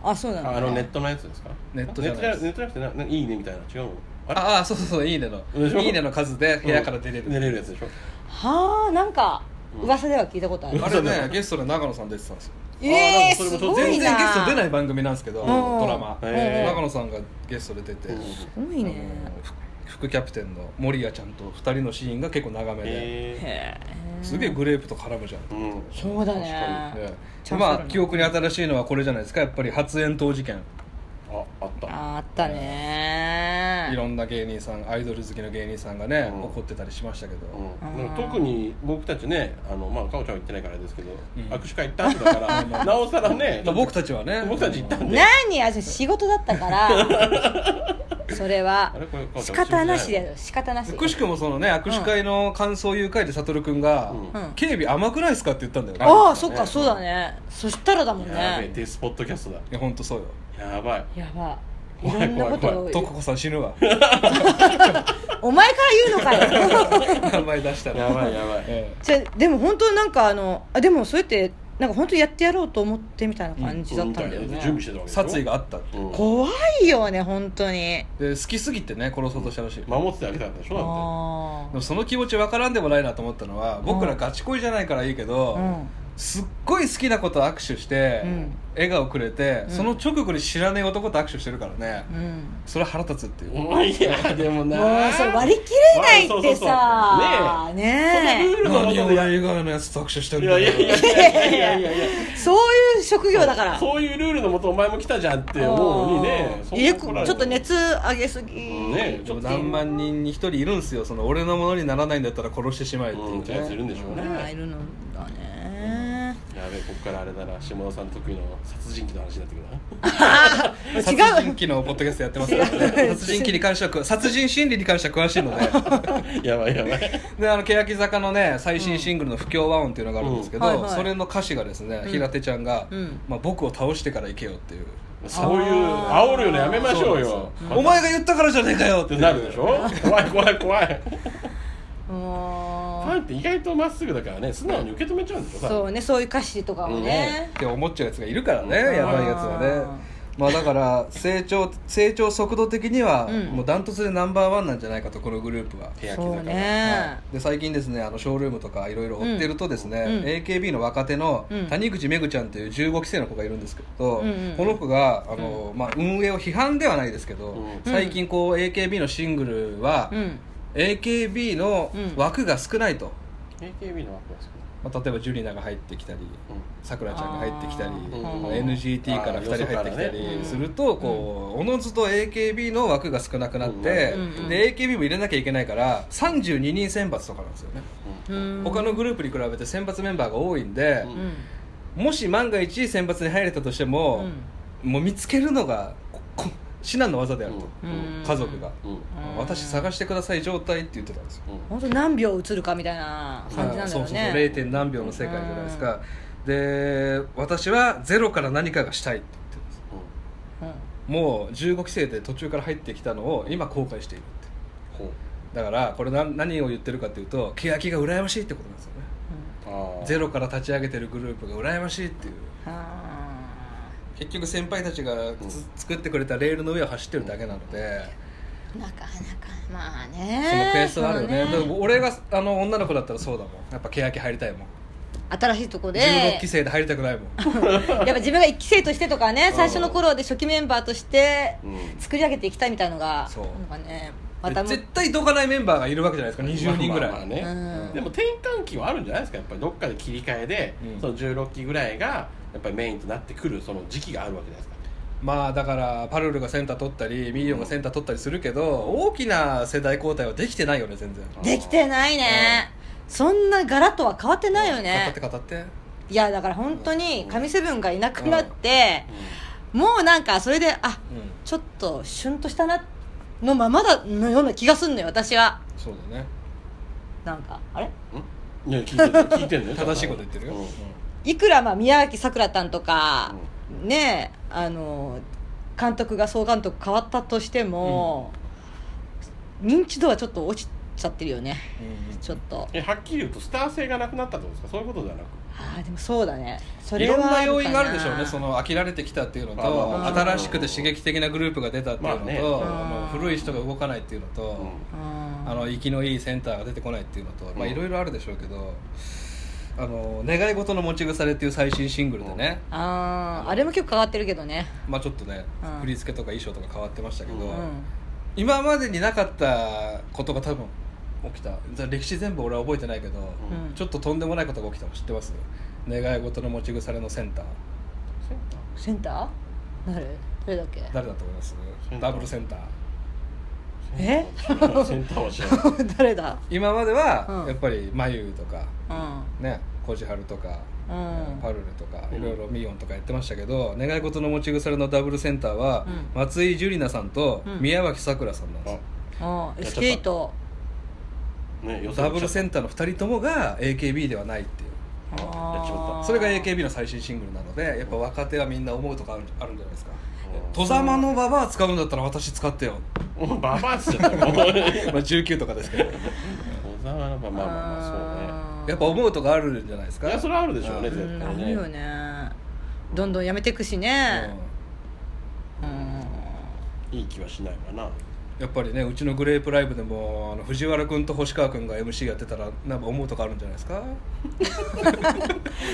[SPEAKER 1] あそうなの、ね、
[SPEAKER 3] あのネットのやつですか
[SPEAKER 2] ネットじゃないです
[SPEAKER 3] ネットじゃなくてないいねみたいな違うのあれ
[SPEAKER 2] ああそうそうそう「いいねの」
[SPEAKER 3] でしょ
[SPEAKER 2] いいね」の数で部屋から出れる、
[SPEAKER 3] 出れるやつでしょ
[SPEAKER 1] はあなんか噂では聞いたことある、
[SPEAKER 2] あれねゲストで長野さん出てたんですよ
[SPEAKER 1] ええ
[SPEAKER 3] あー
[SPEAKER 1] す
[SPEAKER 3] なんかそれも
[SPEAKER 1] ごい
[SPEAKER 2] 全
[SPEAKER 1] な
[SPEAKER 2] 然ゲスト出ない番組なんですけど
[SPEAKER 1] ん
[SPEAKER 2] ドラマ
[SPEAKER 3] へー
[SPEAKER 2] 長野さんがゲストで出て
[SPEAKER 3] うん
[SPEAKER 1] すごいね
[SPEAKER 2] あのふ副キャプテンの森谷ちゃんと2人のシーンが結構長めで
[SPEAKER 3] へ
[SPEAKER 1] へえ
[SPEAKER 2] すげえグレープと絡むじゃん
[SPEAKER 3] えうん
[SPEAKER 1] そうだ
[SPEAKER 3] 確
[SPEAKER 1] ね
[SPEAKER 2] で
[SPEAKER 1] チャンスある
[SPEAKER 2] ま
[SPEAKER 1] な
[SPEAKER 2] あ記憶に新しいのはこれじゃないですかやっぱり発煙筒事件
[SPEAKER 3] ああった
[SPEAKER 1] ああったね
[SPEAKER 2] いろんな芸人さんアイドル好きの芸人さんがね
[SPEAKER 3] うん
[SPEAKER 2] 怒ってたりしましたけど
[SPEAKER 3] うん、
[SPEAKER 1] あー
[SPEAKER 3] なんか特に僕たちねあのまあかおちゃんは行ってないからですけど、
[SPEAKER 2] うん
[SPEAKER 3] 握手会行った後だ からなおさらね
[SPEAKER 2] まあ僕たちはね
[SPEAKER 3] 僕たち行ったんで
[SPEAKER 1] 何あ仕事だったからそれは
[SPEAKER 3] あれこれこう
[SPEAKER 1] 仕方なしだよ仕方なし
[SPEAKER 2] くしくもそのね握手会の感想誘拐で悟君が
[SPEAKER 3] うん
[SPEAKER 2] 「警備甘くないですか?」って言ったんだよね
[SPEAKER 1] ああそ
[SPEAKER 2] そ
[SPEAKER 1] っかそうだねそしたらだもん
[SPEAKER 3] やべえ
[SPEAKER 1] ね
[SPEAKER 3] デスポッドキャストだ
[SPEAKER 2] いや本当そうよ
[SPEAKER 3] やばい
[SPEAKER 1] やばいい
[SPEAKER 3] 怖
[SPEAKER 1] ろ
[SPEAKER 3] い
[SPEAKER 1] んなこと
[SPEAKER 3] 怖
[SPEAKER 1] を
[SPEAKER 2] 徳子さん死ぬわ
[SPEAKER 1] お前から言うのかよ
[SPEAKER 2] 名前出したら
[SPEAKER 3] やばいやばい
[SPEAKER 2] え
[SPEAKER 1] じゃでも本当なんかあのあでもそうやってなんか本当やってやろうと思ってみたいな感じだったんだよ
[SPEAKER 3] みた
[SPEAKER 1] ね
[SPEAKER 3] いな、準備してたわ
[SPEAKER 2] え
[SPEAKER 3] けでしょ
[SPEAKER 2] 殺意があったって
[SPEAKER 3] うん
[SPEAKER 1] 怖いよね本当に
[SPEAKER 2] で好きすぎてね殺そうとしたらしい、
[SPEAKER 3] 守ってあげたんでしょだ
[SPEAKER 1] あー
[SPEAKER 2] で
[SPEAKER 3] って
[SPEAKER 2] もその気持ちわからんでもないなと思ったのは僕らガチ恋じゃないからいいけど、
[SPEAKER 1] うん
[SPEAKER 2] すっごい好きな子と握手して、
[SPEAKER 1] うん
[SPEAKER 2] 笑顔くれて、
[SPEAKER 1] うん
[SPEAKER 2] その直後に知らねえ男と握手してるからね、
[SPEAKER 1] うん
[SPEAKER 2] それ腹立つっていう、
[SPEAKER 3] うんいや でもな
[SPEAKER 1] もうそれ割り切れない
[SPEAKER 3] そう
[SPEAKER 1] っ
[SPEAKER 3] そ
[SPEAKER 1] て
[SPEAKER 3] うそう
[SPEAKER 1] さね
[SPEAKER 3] ねえ
[SPEAKER 2] 何俺以外のやつと握手して
[SPEAKER 3] い
[SPEAKER 2] るん
[SPEAKER 3] や
[SPEAKER 2] だ
[SPEAKER 3] い
[SPEAKER 2] よ
[SPEAKER 3] やいやいやいやいやいや
[SPEAKER 1] えそういう職業だから
[SPEAKER 3] そういうルールのもとお前も来たじゃんって思うのにねそんな
[SPEAKER 1] え
[SPEAKER 3] 怒ら
[SPEAKER 1] ち
[SPEAKER 3] れて
[SPEAKER 1] ょっと熱上げすぎ
[SPEAKER 3] ね
[SPEAKER 2] でも何万人に一人いるんすよその俺のものにならないんだったら殺してしまえっていう
[SPEAKER 3] うんってやついるんでしょうね
[SPEAKER 1] あーいるのだね
[SPEAKER 3] やべえこっからあれだな下田さん得意の殺人鬼の話になってくる
[SPEAKER 1] あー
[SPEAKER 2] 殺
[SPEAKER 1] 違
[SPEAKER 2] 人
[SPEAKER 1] う
[SPEAKER 2] 鬼のポッドキャストやってますか らね殺人鬼に関しては詳殺人心理に関しては詳しいので
[SPEAKER 3] な やばいやばい
[SPEAKER 2] であの欅坂のね最新シングルの「不協和音」っていうのがあるんですけど、
[SPEAKER 1] うんはいはい
[SPEAKER 2] それの歌詞がですね、
[SPEAKER 1] うん
[SPEAKER 2] 平手ちゃんが、
[SPEAKER 1] うん
[SPEAKER 2] まあ「僕を倒してから行けよ」っていう
[SPEAKER 3] そういう
[SPEAKER 1] あー
[SPEAKER 3] 煽るよねやめましょう
[SPEAKER 2] そうなん
[SPEAKER 3] よ
[SPEAKER 2] ですよお前が言ったからじゃねえかよっ
[SPEAKER 3] って
[SPEAKER 2] いう
[SPEAKER 3] てなるでしょ怖い怖い怖いフ
[SPEAKER 1] もう
[SPEAKER 3] ァンって意外とまっすぐだからね素直に受け止めちゃうんでしょ多分
[SPEAKER 1] そうねそういう歌詞とかもね
[SPEAKER 2] って思っちゃうやつがいるからね
[SPEAKER 3] うん
[SPEAKER 2] やばいやつはねまあだから成長成長速度的には
[SPEAKER 1] うん
[SPEAKER 2] もうダントツでナンバーワンなんじゃないかとこのグループは、
[SPEAKER 3] 手焼き
[SPEAKER 1] そう
[SPEAKER 3] 魚
[SPEAKER 1] ね
[SPEAKER 2] で最近ですねあのショールームとかいろいろ追ってるとですね、
[SPEAKER 1] うんうん
[SPEAKER 2] AKB の若手の
[SPEAKER 1] うん
[SPEAKER 2] 谷口めぐちゃんという15期生の子がいるんですけど、
[SPEAKER 1] うんうん
[SPEAKER 2] この子があの、まあ、運営を批判ではないですけど、
[SPEAKER 3] うん
[SPEAKER 2] 最近こう AKB のシングルは、
[SPEAKER 1] うん
[SPEAKER 2] AKB の枠が少ないと、
[SPEAKER 3] AKB の枠ですけど
[SPEAKER 2] まあ、例えばジュリナが入ってきたりさくらちゃんが入ってきたり、
[SPEAKER 1] うん
[SPEAKER 2] NGT から2人入ってきた
[SPEAKER 3] あーよそから
[SPEAKER 1] ね
[SPEAKER 2] りするとこうおのずと AKB の枠が少なくなって、
[SPEAKER 1] うんうんうん
[SPEAKER 2] で AKB も入れなきゃいけないから32人選抜とかなんですよね、
[SPEAKER 1] うん
[SPEAKER 2] 他のグループに比べて選抜メンバーが多いんで
[SPEAKER 3] う
[SPEAKER 1] う、ん
[SPEAKER 2] もし万が一選抜に入れたとしても、もう見つけるのがここ至難の技であると、
[SPEAKER 3] うん
[SPEAKER 1] うん
[SPEAKER 2] 家族が、
[SPEAKER 3] うんうん
[SPEAKER 1] うん
[SPEAKER 2] 私探してください状態って言ってたんですよ
[SPEAKER 3] うん
[SPEAKER 1] 本当何秒映るかみたいな感じなんだ
[SPEAKER 2] そ
[SPEAKER 1] ろ
[SPEAKER 2] う
[SPEAKER 1] う
[SPEAKER 2] そうそ
[SPEAKER 1] ね
[SPEAKER 2] う 0. 点何秒の世界じゃないですか、で私はゼロから何かがしたいって言ってます
[SPEAKER 1] うん
[SPEAKER 2] もう15期生で途中から入ってきたのを今後悔しているって
[SPEAKER 3] ほう
[SPEAKER 2] だからこれ何何を言ってるかっていうと欅が羨ましいってことなんですよね
[SPEAKER 3] あー
[SPEAKER 2] ゼロから立ち上げてるグループが羨ましいっていう
[SPEAKER 1] あ
[SPEAKER 2] 結局先輩たちがつ作ってくれたレールの上を走ってるだけなので、
[SPEAKER 1] ーなかなかまあ
[SPEAKER 2] その
[SPEAKER 1] ね
[SPEAKER 2] ペースはあるよね,、
[SPEAKER 1] そう
[SPEAKER 2] でも俺があの女の子だったらそうだもんやっぱ欅入りたいもん、
[SPEAKER 1] 新しいとこで
[SPEAKER 2] 16期生で入りたくないもん
[SPEAKER 1] やっぱ自分が1期生としてとかね
[SPEAKER 3] ん
[SPEAKER 1] 最初の頃で初期メンバーとして
[SPEAKER 3] うん
[SPEAKER 1] 作り上げていきたいみたいのが
[SPEAKER 2] そう
[SPEAKER 1] なんかねまた
[SPEAKER 2] で
[SPEAKER 1] む
[SPEAKER 2] 絶対どかないメンバーがいるわけじゃないですか20人ぐらい、
[SPEAKER 3] まあまあまあ
[SPEAKER 1] う
[SPEAKER 3] ね
[SPEAKER 1] ん
[SPEAKER 3] でも転換期はあるんじゃないですかやっぱりどっかで切り替えで、
[SPEAKER 2] うん
[SPEAKER 3] その16期ぐらいがやっぱりメインとなってくるその時期があるわけじゃないですか
[SPEAKER 2] まあだからパルルがセンター取ったりミリオンがセンター取ったりするけど、大きな世代交代はできてないよね全然
[SPEAKER 1] できてないねそんなガラッとは変わってないよね
[SPEAKER 2] 語って語って
[SPEAKER 1] いやだから本当に神セブンがいなくなってもうなんかそれであ
[SPEAKER 2] うん
[SPEAKER 1] ちょっとシュンとしたなのままだのような気がすんのよ私は
[SPEAKER 2] そうだね
[SPEAKER 1] なんかあれ
[SPEAKER 3] うんいや聞いてる聞いてるのよ
[SPEAKER 2] 正しいこと言ってるよ、
[SPEAKER 3] うん
[SPEAKER 1] いくらまあ宮脇さくらたんとか、ねえあの監督が総監督変わったとしても、認知度はちょっと落ちちゃってるよねちょっと
[SPEAKER 3] えはっきり言うとスター性がなくなったってことですかそういうことではなく
[SPEAKER 1] ああでもそうだねそ
[SPEAKER 2] い
[SPEAKER 1] れは
[SPEAKER 2] ろんな
[SPEAKER 1] るか
[SPEAKER 2] 要因があるでしょうねその飽きられてきたっていうのと、
[SPEAKER 3] まあまあ
[SPEAKER 1] まあ
[SPEAKER 2] 新しくて刺激的なグループが出たっていうの
[SPEAKER 1] ま
[SPEAKER 2] と、
[SPEAKER 1] あね
[SPEAKER 2] あの古い人が動かないっていうのと、
[SPEAKER 1] うん
[SPEAKER 2] あの生きのいいセンターが出てこないっていうのと、まあ、
[SPEAKER 3] うん
[SPEAKER 2] いろいろあるでしょうけど「あの願い事の持ち腐れ」っていう最新シングルでね、
[SPEAKER 1] あーあれも曲変わってるけどね
[SPEAKER 2] まあ、ちょっとね、
[SPEAKER 1] うん
[SPEAKER 2] 振り付けとか衣装とか変わってましたけど、
[SPEAKER 3] う
[SPEAKER 1] うん
[SPEAKER 2] 今までになかったことが多分起きたじゃあ歴史全部俺は覚えてないけど、
[SPEAKER 1] うん
[SPEAKER 2] ちょっととんでもないことが起きたの知ってます願い事の持ち腐れのセンター
[SPEAKER 1] センター誰誰だっけ
[SPEAKER 2] 誰だと思います
[SPEAKER 3] センタ
[SPEAKER 2] ダ
[SPEAKER 3] ー
[SPEAKER 2] ブルセンター
[SPEAKER 1] え
[SPEAKER 3] センターは知らない
[SPEAKER 1] 誰だ
[SPEAKER 2] 今までは
[SPEAKER 1] うん
[SPEAKER 2] やっぱりまゆとか
[SPEAKER 1] うん
[SPEAKER 2] ねこじはるとか、
[SPEAKER 1] うん
[SPEAKER 2] パルルとか
[SPEAKER 3] うん
[SPEAKER 2] いろいろミヨンとかやってましたけど、願い事の持ち腐れのダブルセンターは、
[SPEAKER 1] う
[SPEAKER 2] 松井樹里奈さんと
[SPEAKER 1] うん
[SPEAKER 2] 宮脇さくらさんなんですよ、
[SPEAKER 1] うんスケート
[SPEAKER 3] あね予想
[SPEAKER 2] ダブルセンターの2人ともが AKB ではないっていう
[SPEAKER 3] あやっちま
[SPEAKER 1] あー
[SPEAKER 2] それが AKB の最新シングルなのでやっぱ若手はみんな思うとかあるあるんじゃないですか「
[SPEAKER 3] っ
[SPEAKER 2] 戸様のババア使うんだったら私使ってよ
[SPEAKER 3] たもうババアっすよねもう」
[SPEAKER 2] まあ19とかですけど
[SPEAKER 3] 小沢のまあまあまあまあ
[SPEAKER 1] あー
[SPEAKER 2] やっぱ思うとかあるんじゃないです
[SPEAKER 3] そ
[SPEAKER 2] か
[SPEAKER 3] うねいやそれはあるでしょうね
[SPEAKER 2] あー
[SPEAKER 3] 絶
[SPEAKER 1] うんあ
[SPEAKER 3] 対
[SPEAKER 1] るよ
[SPEAKER 3] ね
[SPEAKER 1] ねどんどんやめてくし
[SPEAKER 2] う
[SPEAKER 1] ね
[SPEAKER 2] ん
[SPEAKER 1] うん
[SPEAKER 3] いい気はしないわな
[SPEAKER 2] やっぱりねうちのグレープライブでもあの藤原君と星川君が MC やってたらなんか思うとかあるんじゃないです か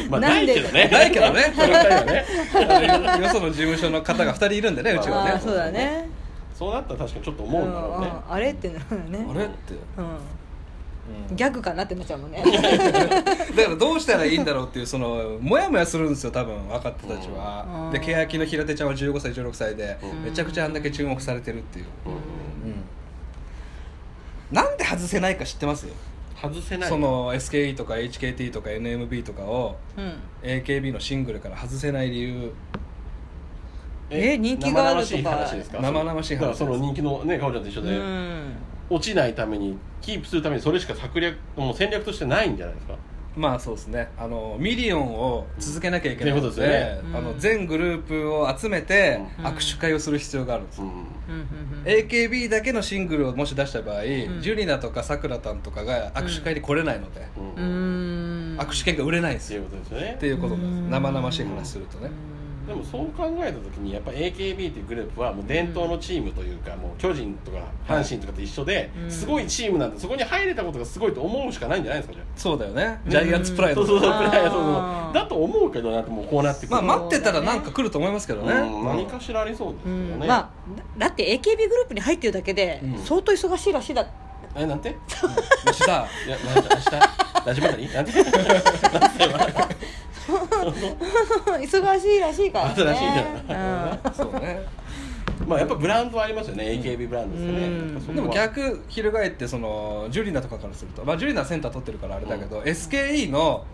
[SPEAKER 3] まあ
[SPEAKER 1] な
[SPEAKER 3] なんい
[SPEAKER 1] で
[SPEAKER 3] けどね
[SPEAKER 2] ないけどね
[SPEAKER 3] それはないよね
[SPEAKER 2] あのよその事務所の方が2人いるんでねうち
[SPEAKER 3] 違
[SPEAKER 2] は
[SPEAKER 1] あ
[SPEAKER 2] ね
[SPEAKER 1] ーそうだね
[SPEAKER 3] そうなったら確かにちょっと思うんだろうね
[SPEAKER 1] んんあれってなるよね
[SPEAKER 2] あれって、
[SPEAKER 1] うんギャグかなってなっちゃうもんね
[SPEAKER 2] だからどうしたらいいんだろうっていうそのモヤモヤするんですよ多分若手たちは、
[SPEAKER 1] うん
[SPEAKER 2] で欅の平手ちゃんは15歳16歳で、
[SPEAKER 3] うん
[SPEAKER 2] めちゃくちゃあんだけ注目されてるっていう、
[SPEAKER 3] うん
[SPEAKER 2] なんで外せないか知ってます
[SPEAKER 3] 外せない
[SPEAKER 2] その SKE とか HKT とか NMB とかを
[SPEAKER 1] うん、
[SPEAKER 2] AKB のシングルから外せない理由
[SPEAKER 1] え人気があるとか
[SPEAKER 3] 生々しい話ですか
[SPEAKER 2] 生々しい話
[SPEAKER 3] だからその人気のねかおちゃんと一緒
[SPEAKER 1] う
[SPEAKER 3] で、
[SPEAKER 1] ん、
[SPEAKER 3] 落ちないためにキープするためにそれしか策略もう戦略としてないんじゃないですか
[SPEAKER 2] まあそうですねあのミリオンを続けなきゃいけないの
[SPEAKER 3] ってことです
[SPEAKER 2] で
[SPEAKER 1] よね
[SPEAKER 2] あの
[SPEAKER 1] うん
[SPEAKER 2] 全グループを集めて
[SPEAKER 1] うん
[SPEAKER 2] 握手会をする必要があるんです
[SPEAKER 3] う
[SPEAKER 2] よ、
[SPEAKER 3] ん
[SPEAKER 1] うんうんうん、
[SPEAKER 2] AKB だけのシングルをもし出した場合、ジュリナとかさくらたんとかが握手会に来れないので、
[SPEAKER 3] うん
[SPEAKER 1] うーん
[SPEAKER 2] 握手券が売れないんです
[SPEAKER 3] そうい
[SPEAKER 2] よ
[SPEAKER 3] うことですよ
[SPEAKER 2] っ
[SPEAKER 3] ね
[SPEAKER 2] ていうことです
[SPEAKER 1] うん
[SPEAKER 2] 生々しい話するとね
[SPEAKER 1] うん
[SPEAKER 3] でもそう考えた時にやっぱ AKB っていうグループはもう伝統のチームというかもう巨人とか阪神とかと一緒で
[SPEAKER 1] うん
[SPEAKER 3] すごいチームなんでそこに入れたことがすごいと思うしかないんじゃないですかじゃ
[SPEAKER 2] そうだよね
[SPEAKER 1] うん
[SPEAKER 2] ジャイアンツプラ
[SPEAKER 3] あ
[SPEAKER 2] イ
[SPEAKER 3] そ
[SPEAKER 2] ド
[SPEAKER 3] うそうそう
[SPEAKER 1] あー
[SPEAKER 3] プライドそうそうだと思うけどなってもうこうなってく
[SPEAKER 2] まあ
[SPEAKER 3] る
[SPEAKER 1] ま
[SPEAKER 2] 待ってたらなんか来ると思いますけどね、
[SPEAKER 3] うん何かしらありそうです
[SPEAKER 1] う
[SPEAKER 3] よ
[SPEAKER 1] ん
[SPEAKER 3] ね
[SPEAKER 1] まあだだって AKB グループに入ってるだけで
[SPEAKER 2] うん
[SPEAKER 1] 相当忙しいらしいだ、
[SPEAKER 3] えなんてい
[SPEAKER 2] もしさ
[SPEAKER 3] やなんだ 明日ラジオ何なんて
[SPEAKER 1] 忙しいらしいからね
[SPEAKER 3] 忙しいんだ
[SPEAKER 2] そうね
[SPEAKER 3] まあやっぱブランドはありますよね AKB ブランドです
[SPEAKER 1] う
[SPEAKER 3] よ
[SPEAKER 1] ん
[SPEAKER 3] ねやっぱそこは
[SPEAKER 2] でも逆翻ってそのジュリナとかからすると、まあ、ジュリナはセンター取ってるからあれだけど、SKE の、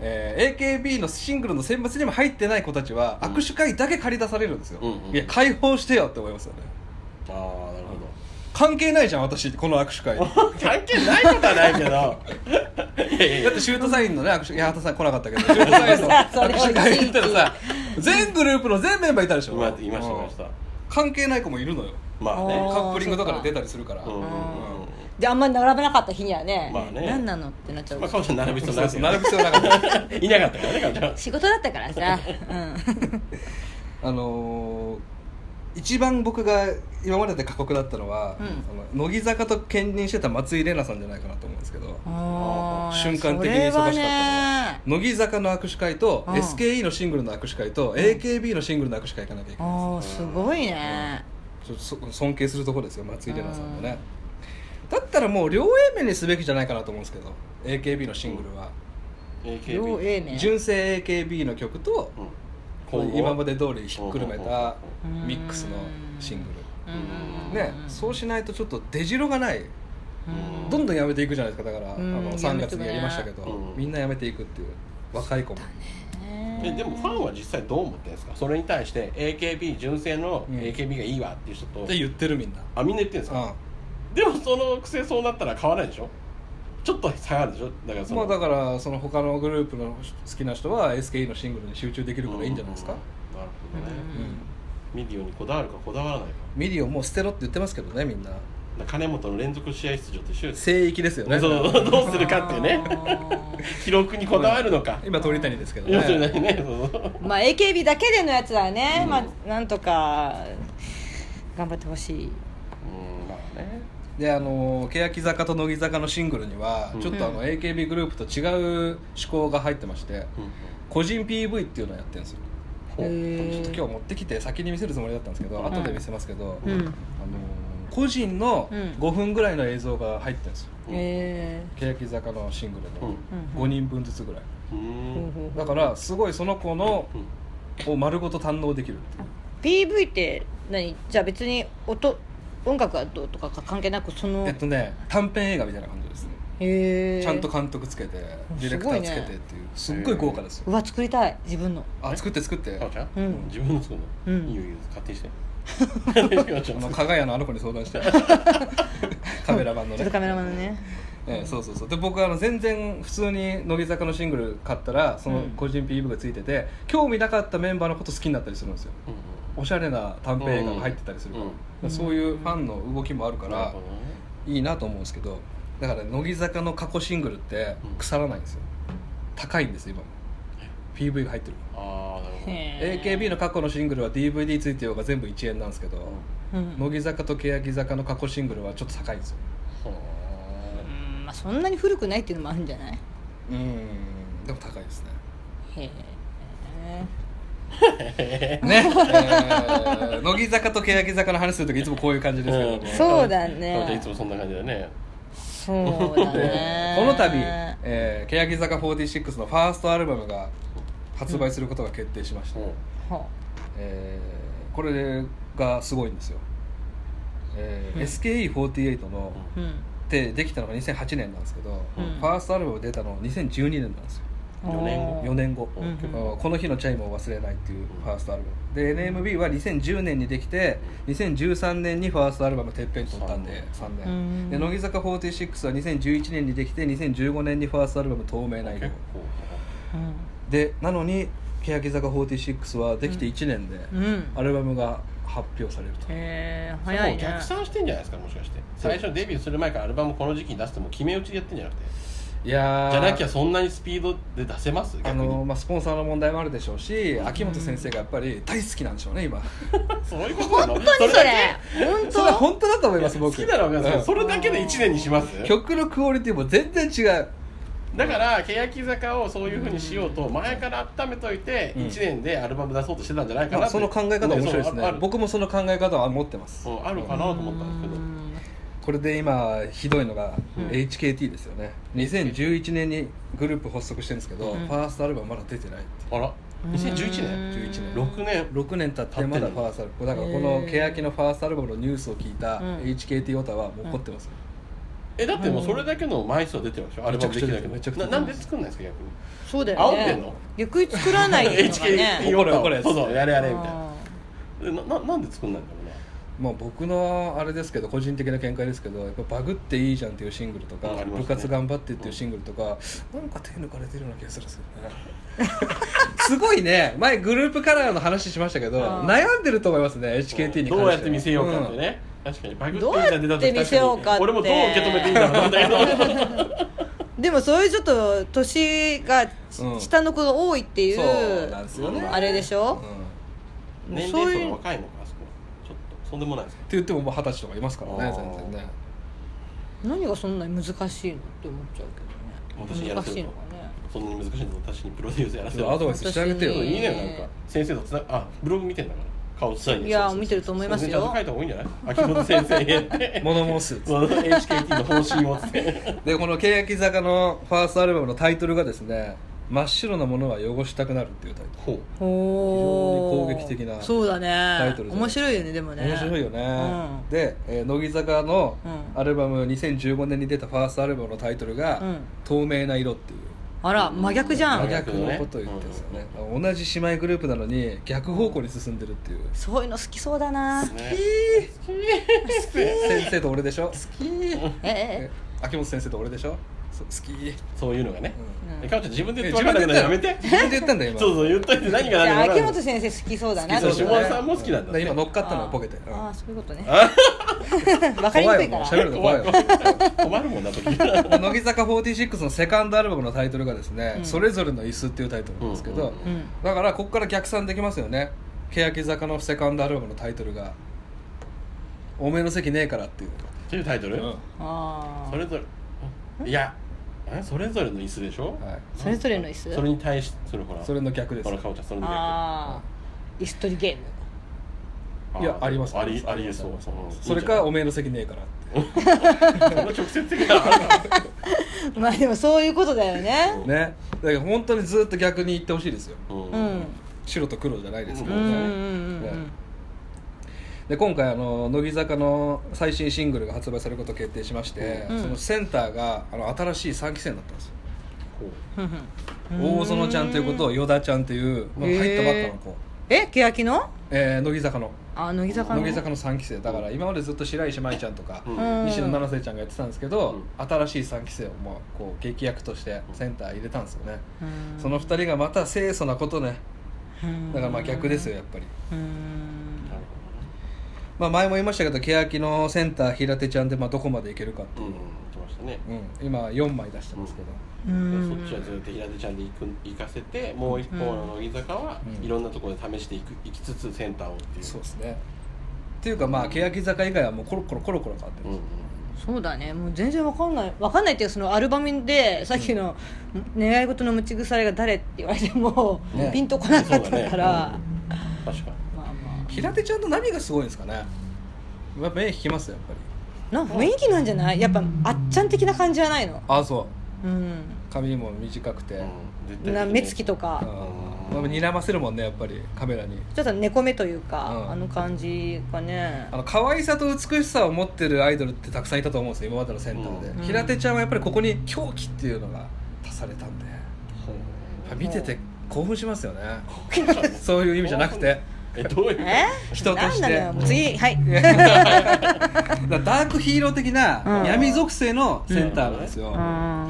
[SPEAKER 2] えー AKB のシングルの選抜にも入ってない子たちは
[SPEAKER 3] うん
[SPEAKER 2] 握手会だけ借り出されるんですよ、
[SPEAKER 3] うんうん
[SPEAKER 2] いや解放してよって思いますよね
[SPEAKER 3] ああなるほど
[SPEAKER 2] 関係ないじゃん私この握手 会だ
[SPEAKER 3] 関係ないことはないけど いやいやいや
[SPEAKER 2] ってシュートサインのね握手いや八幡さん来なか ったけどシュートサインの握手会行ったらさ全グループの全メンバーいたでしょ
[SPEAKER 3] まあいましたいました
[SPEAKER 2] うん関係ない子もいるのよ
[SPEAKER 3] まあ
[SPEAKER 1] あ
[SPEAKER 2] カ
[SPEAKER 3] ね
[SPEAKER 2] ップリングとかで出たりするから、
[SPEAKER 3] うんうんうん
[SPEAKER 1] であんまり並べなかった日にはね,、
[SPEAKER 3] まあね
[SPEAKER 1] 何なのってなっちゃう、
[SPEAKER 3] まあかおちゃん並ぶ人
[SPEAKER 2] そう
[SPEAKER 3] 並
[SPEAKER 2] そう
[SPEAKER 3] ぶ
[SPEAKER 2] 並ぶ必要なかった
[SPEAKER 3] いなかったからねかおちゃん
[SPEAKER 1] 仕事だったからさ、 うん、
[SPEAKER 2] あのー一番僕が今までで過酷だったのは、
[SPEAKER 1] うん
[SPEAKER 2] あの乃木坂と兼任してた松井玲奈さんじゃないかなと思うんですけど、
[SPEAKER 1] あー
[SPEAKER 2] 瞬間
[SPEAKER 1] そ
[SPEAKER 2] 的に
[SPEAKER 1] れ
[SPEAKER 2] 忙しか
[SPEAKER 1] は
[SPEAKER 2] った
[SPEAKER 1] ね
[SPEAKER 2] 乃木坂の握手会と、
[SPEAKER 1] うん
[SPEAKER 2] SKE のシングルの握手会と、AKB のシングルの握手会行かなきゃいけない
[SPEAKER 1] ああすごいね、
[SPEAKER 2] ちょっとそ尊敬するところですよ松井玲奈さんもね、だったらもう両 A 面にすべきじゃないかなと思うんですけど AKB のシングルは、
[SPEAKER 1] 両
[SPEAKER 3] AKB
[SPEAKER 1] A 面
[SPEAKER 2] 純正 AKB の曲と、
[SPEAKER 3] うん
[SPEAKER 2] 今まで通りひっくるめた
[SPEAKER 1] うん
[SPEAKER 2] ミックスのシングル、
[SPEAKER 1] うんうんうん
[SPEAKER 2] ね、そうしないとちょっと出城がない
[SPEAKER 1] うん
[SPEAKER 2] どんどんやめていくじゃないですかだから、
[SPEAKER 1] うん
[SPEAKER 2] あ
[SPEAKER 1] や
[SPEAKER 2] の3
[SPEAKER 1] め
[SPEAKER 2] 月
[SPEAKER 1] てく
[SPEAKER 2] に
[SPEAKER 1] ね
[SPEAKER 2] やりましたけど、
[SPEAKER 3] うん
[SPEAKER 2] みんなやめていくっていう若い子も、
[SPEAKER 3] えでもファンは実際どう思ってるんですかそれに対して AKB 純正の
[SPEAKER 2] うん
[SPEAKER 3] AKB がいいわっていう人と、
[SPEAKER 2] って言ってるみんな、
[SPEAKER 3] あみんな言ってるんですか、
[SPEAKER 2] う
[SPEAKER 3] でもそのくせそうなったら買わないでしょちょっと下がるでしょだからそ
[SPEAKER 2] ん、
[SPEAKER 3] の
[SPEAKER 2] まあだからその他のグループの好きな人は SKE のシングルに集中できるからいいんじゃないですか、
[SPEAKER 3] うんなるほどね、
[SPEAKER 1] うん
[SPEAKER 3] ミディオにこだわるかこだわらないか
[SPEAKER 2] ミリオンもう捨てろって言ってますけどねみんな
[SPEAKER 3] だから金本の連続試合出場と一緒です
[SPEAKER 2] 聖域ですよね
[SPEAKER 3] そうどうするかっていうね 記録にこだわるのか
[SPEAKER 2] 今鳥谷ですけど
[SPEAKER 3] 要する
[SPEAKER 2] ね
[SPEAKER 3] にねそうそう
[SPEAKER 1] まあ AKB だけでのやつはね、
[SPEAKER 3] うん
[SPEAKER 1] まあなんとか頑張ってほしい
[SPEAKER 3] うんまあね
[SPEAKER 2] であの欅坂と乃木坂のシングルには、
[SPEAKER 3] うん
[SPEAKER 2] ちょっとあの AKB グループと違う思考が入ってまして、個人 PV っていうのをやってるんですよ
[SPEAKER 3] ほう
[SPEAKER 1] へ
[SPEAKER 2] ちょっ
[SPEAKER 1] ー
[SPEAKER 2] と今日持ってきて先に見せるつもりだったんですけど、
[SPEAKER 3] うん
[SPEAKER 2] 後で見せますけど、
[SPEAKER 1] う
[SPEAKER 2] あの
[SPEAKER 1] ん
[SPEAKER 2] ー個人の
[SPEAKER 1] うん
[SPEAKER 2] 5分ぐらいの映像が入ってるんですよ
[SPEAKER 3] うん
[SPEAKER 1] え
[SPEAKER 2] 欅坂のシングル
[SPEAKER 3] う
[SPEAKER 2] の
[SPEAKER 3] ん
[SPEAKER 1] うん
[SPEAKER 2] 5人分ずつぐらい
[SPEAKER 3] うん
[SPEAKER 1] ーほうほ
[SPEAKER 2] だ
[SPEAKER 1] う
[SPEAKER 2] からすごいその子の
[SPEAKER 3] うん
[SPEAKER 2] を丸ごと堪能できるっていう
[SPEAKER 1] PV って何じゃあ別に音音楽はどうとか関係なくその
[SPEAKER 2] えっとね短編映画みたいな感じですね
[SPEAKER 1] へえ
[SPEAKER 2] ちゃんと監督つけてディレクターつけてっていうすっごい豪華ですよ
[SPEAKER 1] うわ作りたい自分の
[SPEAKER 2] あ作って作って
[SPEAKER 3] かおちゃん、
[SPEAKER 1] うん
[SPEAKER 3] 自分の作るの、
[SPEAKER 1] うん
[SPEAKER 3] いいよいいよ勝手にして勝手にしてかおちゃ
[SPEAKER 2] あ
[SPEAKER 3] ん
[SPEAKER 2] の加賀屋のあの子に相談してカメラマンの
[SPEAKER 1] ちょっ
[SPEAKER 2] ね
[SPEAKER 1] とカメラマンのね
[SPEAKER 2] ええそうそうそうで僕はあの全然普通に乃木坂のシングル買ったらその
[SPEAKER 1] うん
[SPEAKER 2] 個人 PV がついてて、興味なかったメンバーのこと好きになったりするんですよおしゃれな短編映画が入ってたりするから,、
[SPEAKER 3] うん
[SPEAKER 2] そういうファンの動きもあるか、
[SPEAKER 3] から
[SPEAKER 2] いいなと思うんですけどだから乃木坂の過去シングルって腐らないんですよ高いんです今 PV が入ってる
[SPEAKER 3] ああなるほど
[SPEAKER 1] へー
[SPEAKER 2] AKB の過去のシングルは DVD ついてようが全部1円なんですけど、
[SPEAKER 1] うん
[SPEAKER 2] 乃木坂と欅坂の過去シングルはちょっと高いんですよ
[SPEAKER 3] ほ
[SPEAKER 1] うんまあそんなに古くないっていうのもあるんじゃない
[SPEAKER 2] うんでも高いですね
[SPEAKER 1] へえ
[SPEAKER 2] ね、えー乃木坂と欅坂の話するときいつもこういう感じですけども、
[SPEAKER 3] うん
[SPEAKER 1] そうだ
[SPEAKER 3] ーじゃあい
[SPEAKER 1] ね
[SPEAKER 3] つもそんな感じだね
[SPEAKER 1] そうだ ね
[SPEAKER 2] この度、えー、欅坂46のファーストアルバムが発売することが決定しました、
[SPEAKER 3] うん
[SPEAKER 1] ほ
[SPEAKER 2] えーこれがすごいんですよ、えー SKE48 の
[SPEAKER 1] ううん
[SPEAKER 2] ってできたのが2008年なんですけど、
[SPEAKER 1] うん
[SPEAKER 2] ファーストアルバム出たの2012年なんですよ
[SPEAKER 3] 四年後
[SPEAKER 1] おー
[SPEAKER 2] 4年後、
[SPEAKER 3] うん
[SPEAKER 2] あこの日のチャイムを忘れない」っていうファーストアルバムで NMB は2010年にできて2013年にファーストアルバム「てっぺん」取ったんで3
[SPEAKER 1] う
[SPEAKER 2] 年
[SPEAKER 1] ん
[SPEAKER 2] で乃木坂46は2011年にできて2015年にファーストアルバム「透明な色
[SPEAKER 3] 結」
[SPEAKER 1] う
[SPEAKER 2] でなのに欅坂46はできて1年で
[SPEAKER 1] んうん
[SPEAKER 2] アルバムが発表されると、
[SPEAKER 1] へえ
[SPEAKER 3] 構も
[SPEAKER 1] 早いうね
[SPEAKER 3] 逆算してんじゃないですかもしかして最初デビューする前からアルバムこの時期に出すともう決め打ちでやってんじゃなくて
[SPEAKER 2] いやー
[SPEAKER 3] じゃなきゃそんなにスピードで出せます
[SPEAKER 2] あ
[SPEAKER 3] 逆
[SPEAKER 2] の
[SPEAKER 3] に
[SPEAKER 2] まあ、スポンサーの問題もあるでしょうし秋元先生がやっぱり大好きなんでしょうね今
[SPEAKER 3] そういうことなの本
[SPEAKER 1] 何それ本
[SPEAKER 2] それは
[SPEAKER 1] 当
[SPEAKER 2] 本当だと思います
[SPEAKER 3] 好
[SPEAKER 2] 僕
[SPEAKER 3] きなの
[SPEAKER 2] う
[SPEAKER 3] が
[SPEAKER 2] ん
[SPEAKER 3] それだけで1年にします
[SPEAKER 2] 曲のクオリティも全然違う
[SPEAKER 3] だから欅坂をそういうふうにしようと前から温めといて
[SPEAKER 2] うん
[SPEAKER 3] 1年でアルバム出そうとしてたんじゃないか
[SPEAKER 2] ま
[SPEAKER 3] な
[SPEAKER 2] あ、
[SPEAKER 3] って
[SPEAKER 2] その考え方面白いです
[SPEAKER 3] そうあ
[SPEAKER 2] ね
[SPEAKER 3] る
[SPEAKER 2] 僕もその考え方は持ってます
[SPEAKER 3] そうあるかなと思ったんですけど
[SPEAKER 2] これで今ひどいのが
[SPEAKER 1] うん
[SPEAKER 2] HKT ですよね2011年にグループ発足してるんですけど、
[SPEAKER 1] うん
[SPEAKER 2] ファーストアルバムまだ出てないって
[SPEAKER 3] あら2011
[SPEAKER 1] うん
[SPEAKER 3] 年
[SPEAKER 2] 11年
[SPEAKER 3] 6年
[SPEAKER 2] 6年経ってまだファーストアルバムだからこの
[SPEAKER 1] へー
[SPEAKER 2] 欅のファーストアルバムのニュースを聞いた
[SPEAKER 1] うん
[SPEAKER 2] HKT オタはもう怒ってますよ、
[SPEAKER 3] えだってもうそれだけの枚数は出てるでしょアルバムできるだけの
[SPEAKER 2] めちゃくちゃ出てるめちゃくちゃ出てる
[SPEAKER 3] ななんで作んないんですか逆に
[SPEAKER 1] そうだよ
[SPEAKER 3] 煽ってん
[SPEAKER 1] ね
[SPEAKER 3] の
[SPEAKER 1] 逆に作らないっ ていうのが
[SPEAKER 3] HKT
[SPEAKER 1] ね
[SPEAKER 3] を
[SPEAKER 2] 怒れ怒れ
[SPEAKER 3] そうそうやれやれみたいな
[SPEAKER 1] あ
[SPEAKER 3] えなななんで作んないんだろうね
[SPEAKER 2] まあ、僕のあれですけど個人的な見解ですけどやっぱバグっていいじゃんっていうシングルとか、
[SPEAKER 3] うんありますね
[SPEAKER 2] 部活頑張ってっていうシングルとか、なんか手抜かれてるような気がするんですよね すごいね前グループカラーの話しましたけど
[SPEAKER 1] あー
[SPEAKER 2] 悩んでると思いますね HKT に関しては
[SPEAKER 3] どうやって見せようかってね、確かにバグ
[SPEAKER 1] どうやって見せようかって
[SPEAKER 3] 俺もどう受け止めていいんだろうみた いな
[SPEAKER 1] ーでもそういうちょっと年がち
[SPEAKER 2] うん
[SPEAKER 1] 下の子が多いってい
[SPEAKER 2] そう
[SPEAKER 1] う
[SPEAKER 2] なんですよね
[SPEAKER 1] あれでし
[SPEAKER 2] うん、
[SPEAKER 1] ょ
[SPEAKER 2] って
[SPEAKER 3] 年
[SPEAKER 1] そう
[SPEAKER 3] 齢
[SPEAKER 1] い
[SPEAKER 3] 層
[SPEAKER 1] う
[SPEAKER 3] が若いのかあそこちょっとそんでもないですか
[SPEAKER 2] 言ってももう二十歳とかいますから
[SPEAKER 3] あ
[SPEAKER 2] ね
[SPEAKER 3] ー
[SPEAKER 2] 全然ね
[SPEAKER 1] 何がそんなに難しいのって思っちゃうけ
[SPEAKER 3] 私
[SPEAKER 1] どね
[SPEAKER 3] やら
[SPEAKER 1] 難
[SPEAKER 3] せ
[SPEAKER 1] しい
[SPEAKER 3] る
[SPEAKER 1] の
[SPEAKER 3] の
[SPEAKER 1] かね
[SPEAKER 3] そんなに難しいの私にプロデュースやらせ
[SPEAKER 2] ちょ
[SPEAKER 3] る
[SPEAKER 2] っとアドバイ
[SPEAKER 3] ス
[SPEAKER 2] スしてあげてよ
[SPEAKER 1] 私
[SPEAKER 3] い
[SPEAKER 1] に
[SPEAKER 3] いねなんか先生とつなあブログ見てんだから顔伝えに
[SPEAKER 1] いや見てると思いますよ
[SPEAKER 3] ちゃんと書いた方がいいんじゃない秋元先生へ って
[SPEAKER 2] 物申す
[SPEAKER 3] その HKT の方針をつって
[SPEAKER 2] でこの欅坂のファーストアルバムのタイトルがですね「真っ白なものは汚したくなる」っていうタイトル
[SPEAKER 3] ほう
[SPEAKER 1] お
[SPEAKER 2] 非常に攻撃的な
[SPEAKER 1] そうだね
[SPEAKER 2] タイトルで
[SPEAKER 1] 面白いよねでもね
[SPEAKER 2] 面白いよね、
[SPEAKER 1] うん
[SPEAKER 2] で、えー乃木坂の
[SPEAKER 1] うん
[SPEAKER 2] アルバム2015年に出たファーストアルバムのタイトルが「
[SPEAKER 1] うん
[SPEAKER 2] 透明な色」っていう
[SPEAKER 1] あら真逆じゃ
[SPEAKER 2] 真
[SPEAKER 3] うん
[SPEAKER 2] 逆のことを言ってるんですよね、同じ姉妹グループなのに逆方向に進んでるっていう、
[SPEAKER 1] そういうの好きそうだな
[SPEAKER 3] ね
[SPEAKER 2] 先生と俺でしょ好き
[SPEAKER 1] ええ
[SPEAKER 2] 秋元先生と俺でしょそ好き、うん
[SPEAKER 3] そういうのがね
[SPEAKER 1] うん
[SPEAKER 3] えかおちゃん自分で
[SPEAKER 2] え
[SPEAKER 3] 言って分かんなくなるやめて
[SPEAKER 2] 自分で言ったんだよ今
[SPEAKER 3] そうそう言っといて何
[SPEAKER 1] じ
[SPEAKER 3] が
[SPEAKER 1] ゃあ
[SPEAKER 3] 何が
[SPEAKER 1] 秋元先生好きそうだな
[SPEAKER 3] 好きそう
[SPEAKER 1] ってこと
[SPEAKER 3] 下田さんも好きなんだって
[SPEAKER 2] う今乗っかったのよ
[SPEAKER 1] あー
[SPEAKER 2] ポケて、うん
[SPEAKER 1] ああそういうことね わかりにくいか
[SPEAKER 2] 怖いもん
[SPEAKER 1] ら
[SPEAKER 2] 喋るの怖いわ
[SPEAKER 3] 困るもんな時々
[SPEAKER 2] 乃木坂46のセカンドアルバムのタイトルがですね「
[SPEAKER 1] うん
[SPEAKER 2] それぞれの椅子」っていうタイトルなんですけど、
[SPEAKER 3] うんうん
[SPEAKER 1] うん
[SPEAKER 2] だからここから逆算できますよね欅坂のセカンドアルバムのタイトルが「おめえの席ねえから」っていう、
[SPEAKER 3] っていうタイトル
[SPEAKER 1] あ
[SPEAKER 3] そ
[SPEAKER 1] あ
[SPEAKER 3] れぞれいやえそれぞれの椅子でしょ
[SPEAKER 2] はい、
[SPEAKER 1] それぞれの椅子
[SPEAKER 3] それに対してそれほら
[SPEAKER 2] それの逆です
[SPEAKER 3] ほらかおちゃんそれの逆
[SPEAKER 1] ああ椅子取りゲーム
[SPEAKER 2] いやあります
[SPEAKER 3] ありありえそう
[SPEAKER 2] それか「おめえの席ねえから」っ
[SPEAKER 3] そんな直接的な
[SPEAKER 1] まあでもそういうことだよね
[SPEAKER 2] てねだから本当にずっと逆に言ってほしいですよ
[SPEAKER 3] う
[SPEAKER 1] うんん
[SPEAKER 2] 白と黒じゃないですけ
[SPEAKER 1] うんう
[SPEAKER 2] ど
[SPEAKER 1] ん
[SPEAKER 2] ね、
[SPEAKER 1] うんう
[SPEAKER 2] ね
[SPEAKER 1] ん
[SPEAKER 2] で今回あの乃木坂の最新シングルが発売されることを決定しまして、
[SPEAKER 1] うん
[SPEAKER 2] そのセンターがあの新しい3期生になったんですよ
[SPEAKER 3] こう
[SPEAKER 1] ふんふん
[SPEAKER 2] 大園ちゃんということを依田ちゃんという、まあ、入ったばっかの子、
[SPEAKER 1] え欅の
[SPEAKER 2] えー乃木坂の
[SPEAKER 1] あ乃木坂の
[SPEAKER 2] 乃木坂の3期生だから今までずっと白石麻衣ちゃんとか、
[SPEAKER 3] うん
[SPEAKER 1] うん
[SPEAKER 2] 西野七瀬ちゃんがやってたんですけど、
[SPEAKER 3] う
[SPEAKER 2] 新しい3期生をもうこう劇役としてセンター入れたんですよね、
[SPEAKER 1] うん
[SPEAKER 2] その2人がまた清楚なことねだからまあ逆ですよやっぱり、
[SPEAKER 1] うん
[SPEAKER 3] なる
[SPEAKER 2] まあ、前も言いましたけど欅のセンター平手ちゃんでまあどこまでいけるかって
[SPEAKER 3] ほ
[SPEAKER 2] い
[SPEAKER 3] ど
[SPEAKER 2] う
[SPEAKER 3] ね、うん来ましたね
[SPEAKER 2] うん今4枚出してますけど、
[SPEAKER 1] うん
[SPEAKER 3] そっちはずっと平手ちゃんに行く行かせてもう一方の乃木坂は
[SPEAKER 2] うん
[SPEAKER 3] いろんなところで試していく行きつつセンターをっていう
[SPEAKER 2] そうですねっていうかまあ欅坂以外はもうコロコロコロコロ変わって
[SPEAKER 3] うん
[SPEAKER 2] ま
[SPEAKER 3] う
[SPEAKER 2] す
[SPEAKER 3] ん、
[SPEAKER 1] そうだねもう全然わかんないわかんないっていうかそのアルバムでさっきの「願い事の持ち腐れが誰?」って言われても、
[SPEAKER 2] ね
[SPEAKER 1] ピンとこなかったから、
[SPEAKER 3] そうだね確か
[SPEAKER 1] まあま
[SPEAKER 2] 平手ちゃんの何がすごいんですかねやっぱ絵引きますよやっぱり
[SPEAKER 1] あなんか雰囲気なんじゃないやっぱあっちゃん的な感じはないの
[SPEAKER 2] ああそう
[SPEAKER 1] うん
[SPEAKER 2] 髪も短くて、
[SPEAKER 3] に、うん、絶対的に
[SPEAKER 1] な目つきと
[SPEAKER 2] あ
[SPEAKER 1] か
[SPEAKER 2] ーまあ睨ませるもんねやっぱりカメラに
[SPEAKER 1] ちょっと猫目というか、
[SPEAKER 2] うん
[SPEAKER 1] あの感じがね
[SPEAKER 2] あの可愛さと美しさを持ってるアイドルってたくさんいたと思うんですよ今までのセンターで、
[SPEAKER 1] うん
[SPEAKER 2] 平手ちゃんはやっぱりここに狂気っていうのが足されたんで、やっぱ見てて興奮しますよねそういう意味じゃなくて
[SPEAKER 3] えどういう
[SPEAKER 1] え
[SPEAKER 2] 人として
[SPEAKER 1] なんなのよもう次はい
[SPEAKER 2] いやだからダークヒーロー的
[SPEAKER 1] う
[SPEAKER 2] なん闇属性のセンターなんですよ、や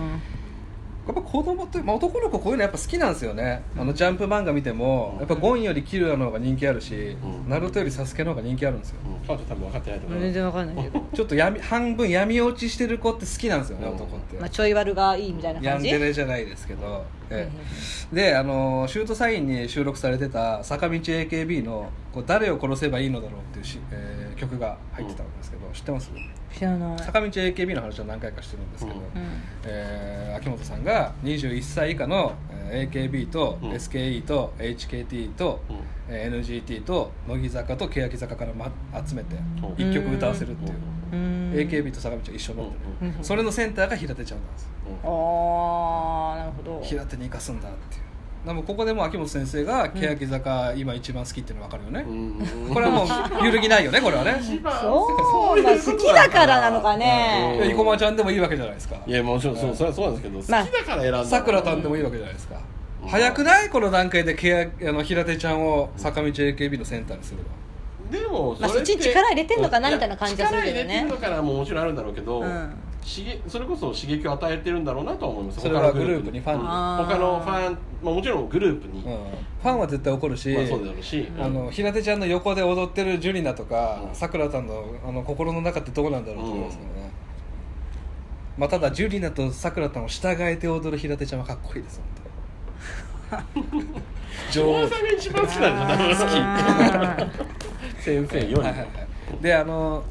[SPEAKER 1] あ
[SPEAKER 2] っぱ子供って、まあ、男の子こういうのやっぱ好きなんですよねあのジャンプ漫画見てもやっぱゴンよりキルアの方が人気あるし、
[SPEAKER 3] うん
[SPEAKER 2] ナルトよりサスケの方が人気あるんですよ
[SPEAKER 3] うん彼女多分分かってないと思う
[SPEAKER 1] 全然わかんないけど、
[SPEAKER 2] ちょっと闇半分闇落ちしてる子って好きなんですよね、
[SPEAKER 3] うん
[SPEAKER 2] 男って、
[SPEAKER 1] まあ、ちょい悪がいいみたいな
[SPEAKER 2] ヤ
[SPEAKER 1] 感
[SPEAKER 2] ン
[SPEAKER 1] じ
[SPEAKER 2] デレじゃないですけど、
[SPEAKER 1] うん
[SPEAKER 2] ええであのシュートサインに収録されてた坂道 AKB のこう「誰を殺せばいいのだろう」っていうし、えー曲が入ってたんですけど、知ってます
[SPEAKER 1] 知らない、
[SPEAKER 2] 坂道 AKB の話は何回かしてるんですけど、
[SPEAKER 3] うん
[SPEAKER 1] うん
[SPEAKER 2] えー秋元さんが21歳以下のえー AKB と
[SPEAKER 3] うん
[SPEAKER 2] SKE と HKT と
[SPEAKER 3] うん
[SPEAKER 2] えー NGT と乃木坂と欅坂からま集めて
[SPEAKER 3] うん
[SPEAKER 2] 1曲歌わせるっていううん
[SPEAKER 1] うん
[SPEAKER 2] AKB と坂道は一緒になってる
[SPEAKER 3] うん
[SPEAKER 1] うん
[SPEAKER 2] それのセンターが平手ちゃんなんですよ
[SPEAKER 3] うん
[SPEAKER 1] ああなるほど
[SPEAKER 2] 平手に生かすんだっていうでもここでもう秋元先生が欅坂今一番好きっていうの分かるよね、
[SPEAKER 3] うん
[SPEAKER 2] これはも う揺るぎないよねこれはね
[SPEAKER 1] そうまあ好きだからなのか
[SPEAKER 3] うん
[SPEAKER 1] ね
[SPEAKER 2] 生駒ちゃんでもいいわけじゃないですか
[SPEAKER 3] いやもちろんそうそれはそうなんですけど、
[SPEAKER 1] まあ
[SPEAKER 3] 好きだから選んだ
[SPEAKER 2] さくらたんでもいいわけじゃないですか、
[SPEAKER 3] うん
[SPEAKER 2] 早くないこの段階で欅あの平手ちゃんを坂道 AKB のセンターにするのは
[SPEAKER 3] でも
[SPEAKER 1] まあ
[SPEAKER 3] れて
[SPEAKER 1] そっちに力入れてんのかなみたいな感じはするけどね
[SPEAKER 3] 力入れてんのかなももちろんあるんだろうけど、
[SPEAKER 1] うん
[SPEAKER 3] 刺激それこそ刺激を与えてるんだろうなとは思います
[SPEAKER 2] それはグループにファンに
[SPEAKER 3] うん他のファン、まあ、もちろんグループ
[SPEAKER 2] うん、
[SPEAKER 3] に、
[SPEAKER 2] ファンは絶対怒るし、
[SPEAKER 3] まあ、そうだろうし、
[SPEAKER 2] あの平手ちゃんの横で踊ってるジュリナとか
[SPEAKER 3] うん
[SPEAKER 2] さくらたんのあの心の中ってどうなんだろうと思いますけどね、まあ、ただジュリナとさくらたんを従えて踊る平手ちゃんはかっこいいです 本当
[SPEAKER 3] お
[SPEAKER 2] 女王
[SPEAKER 3] さんが一番好きなんだ多分
[SPEAKER 1] 好
[SPEAKER 3] 好き先生より、
[SPEAKER 2] はいはいはい、であの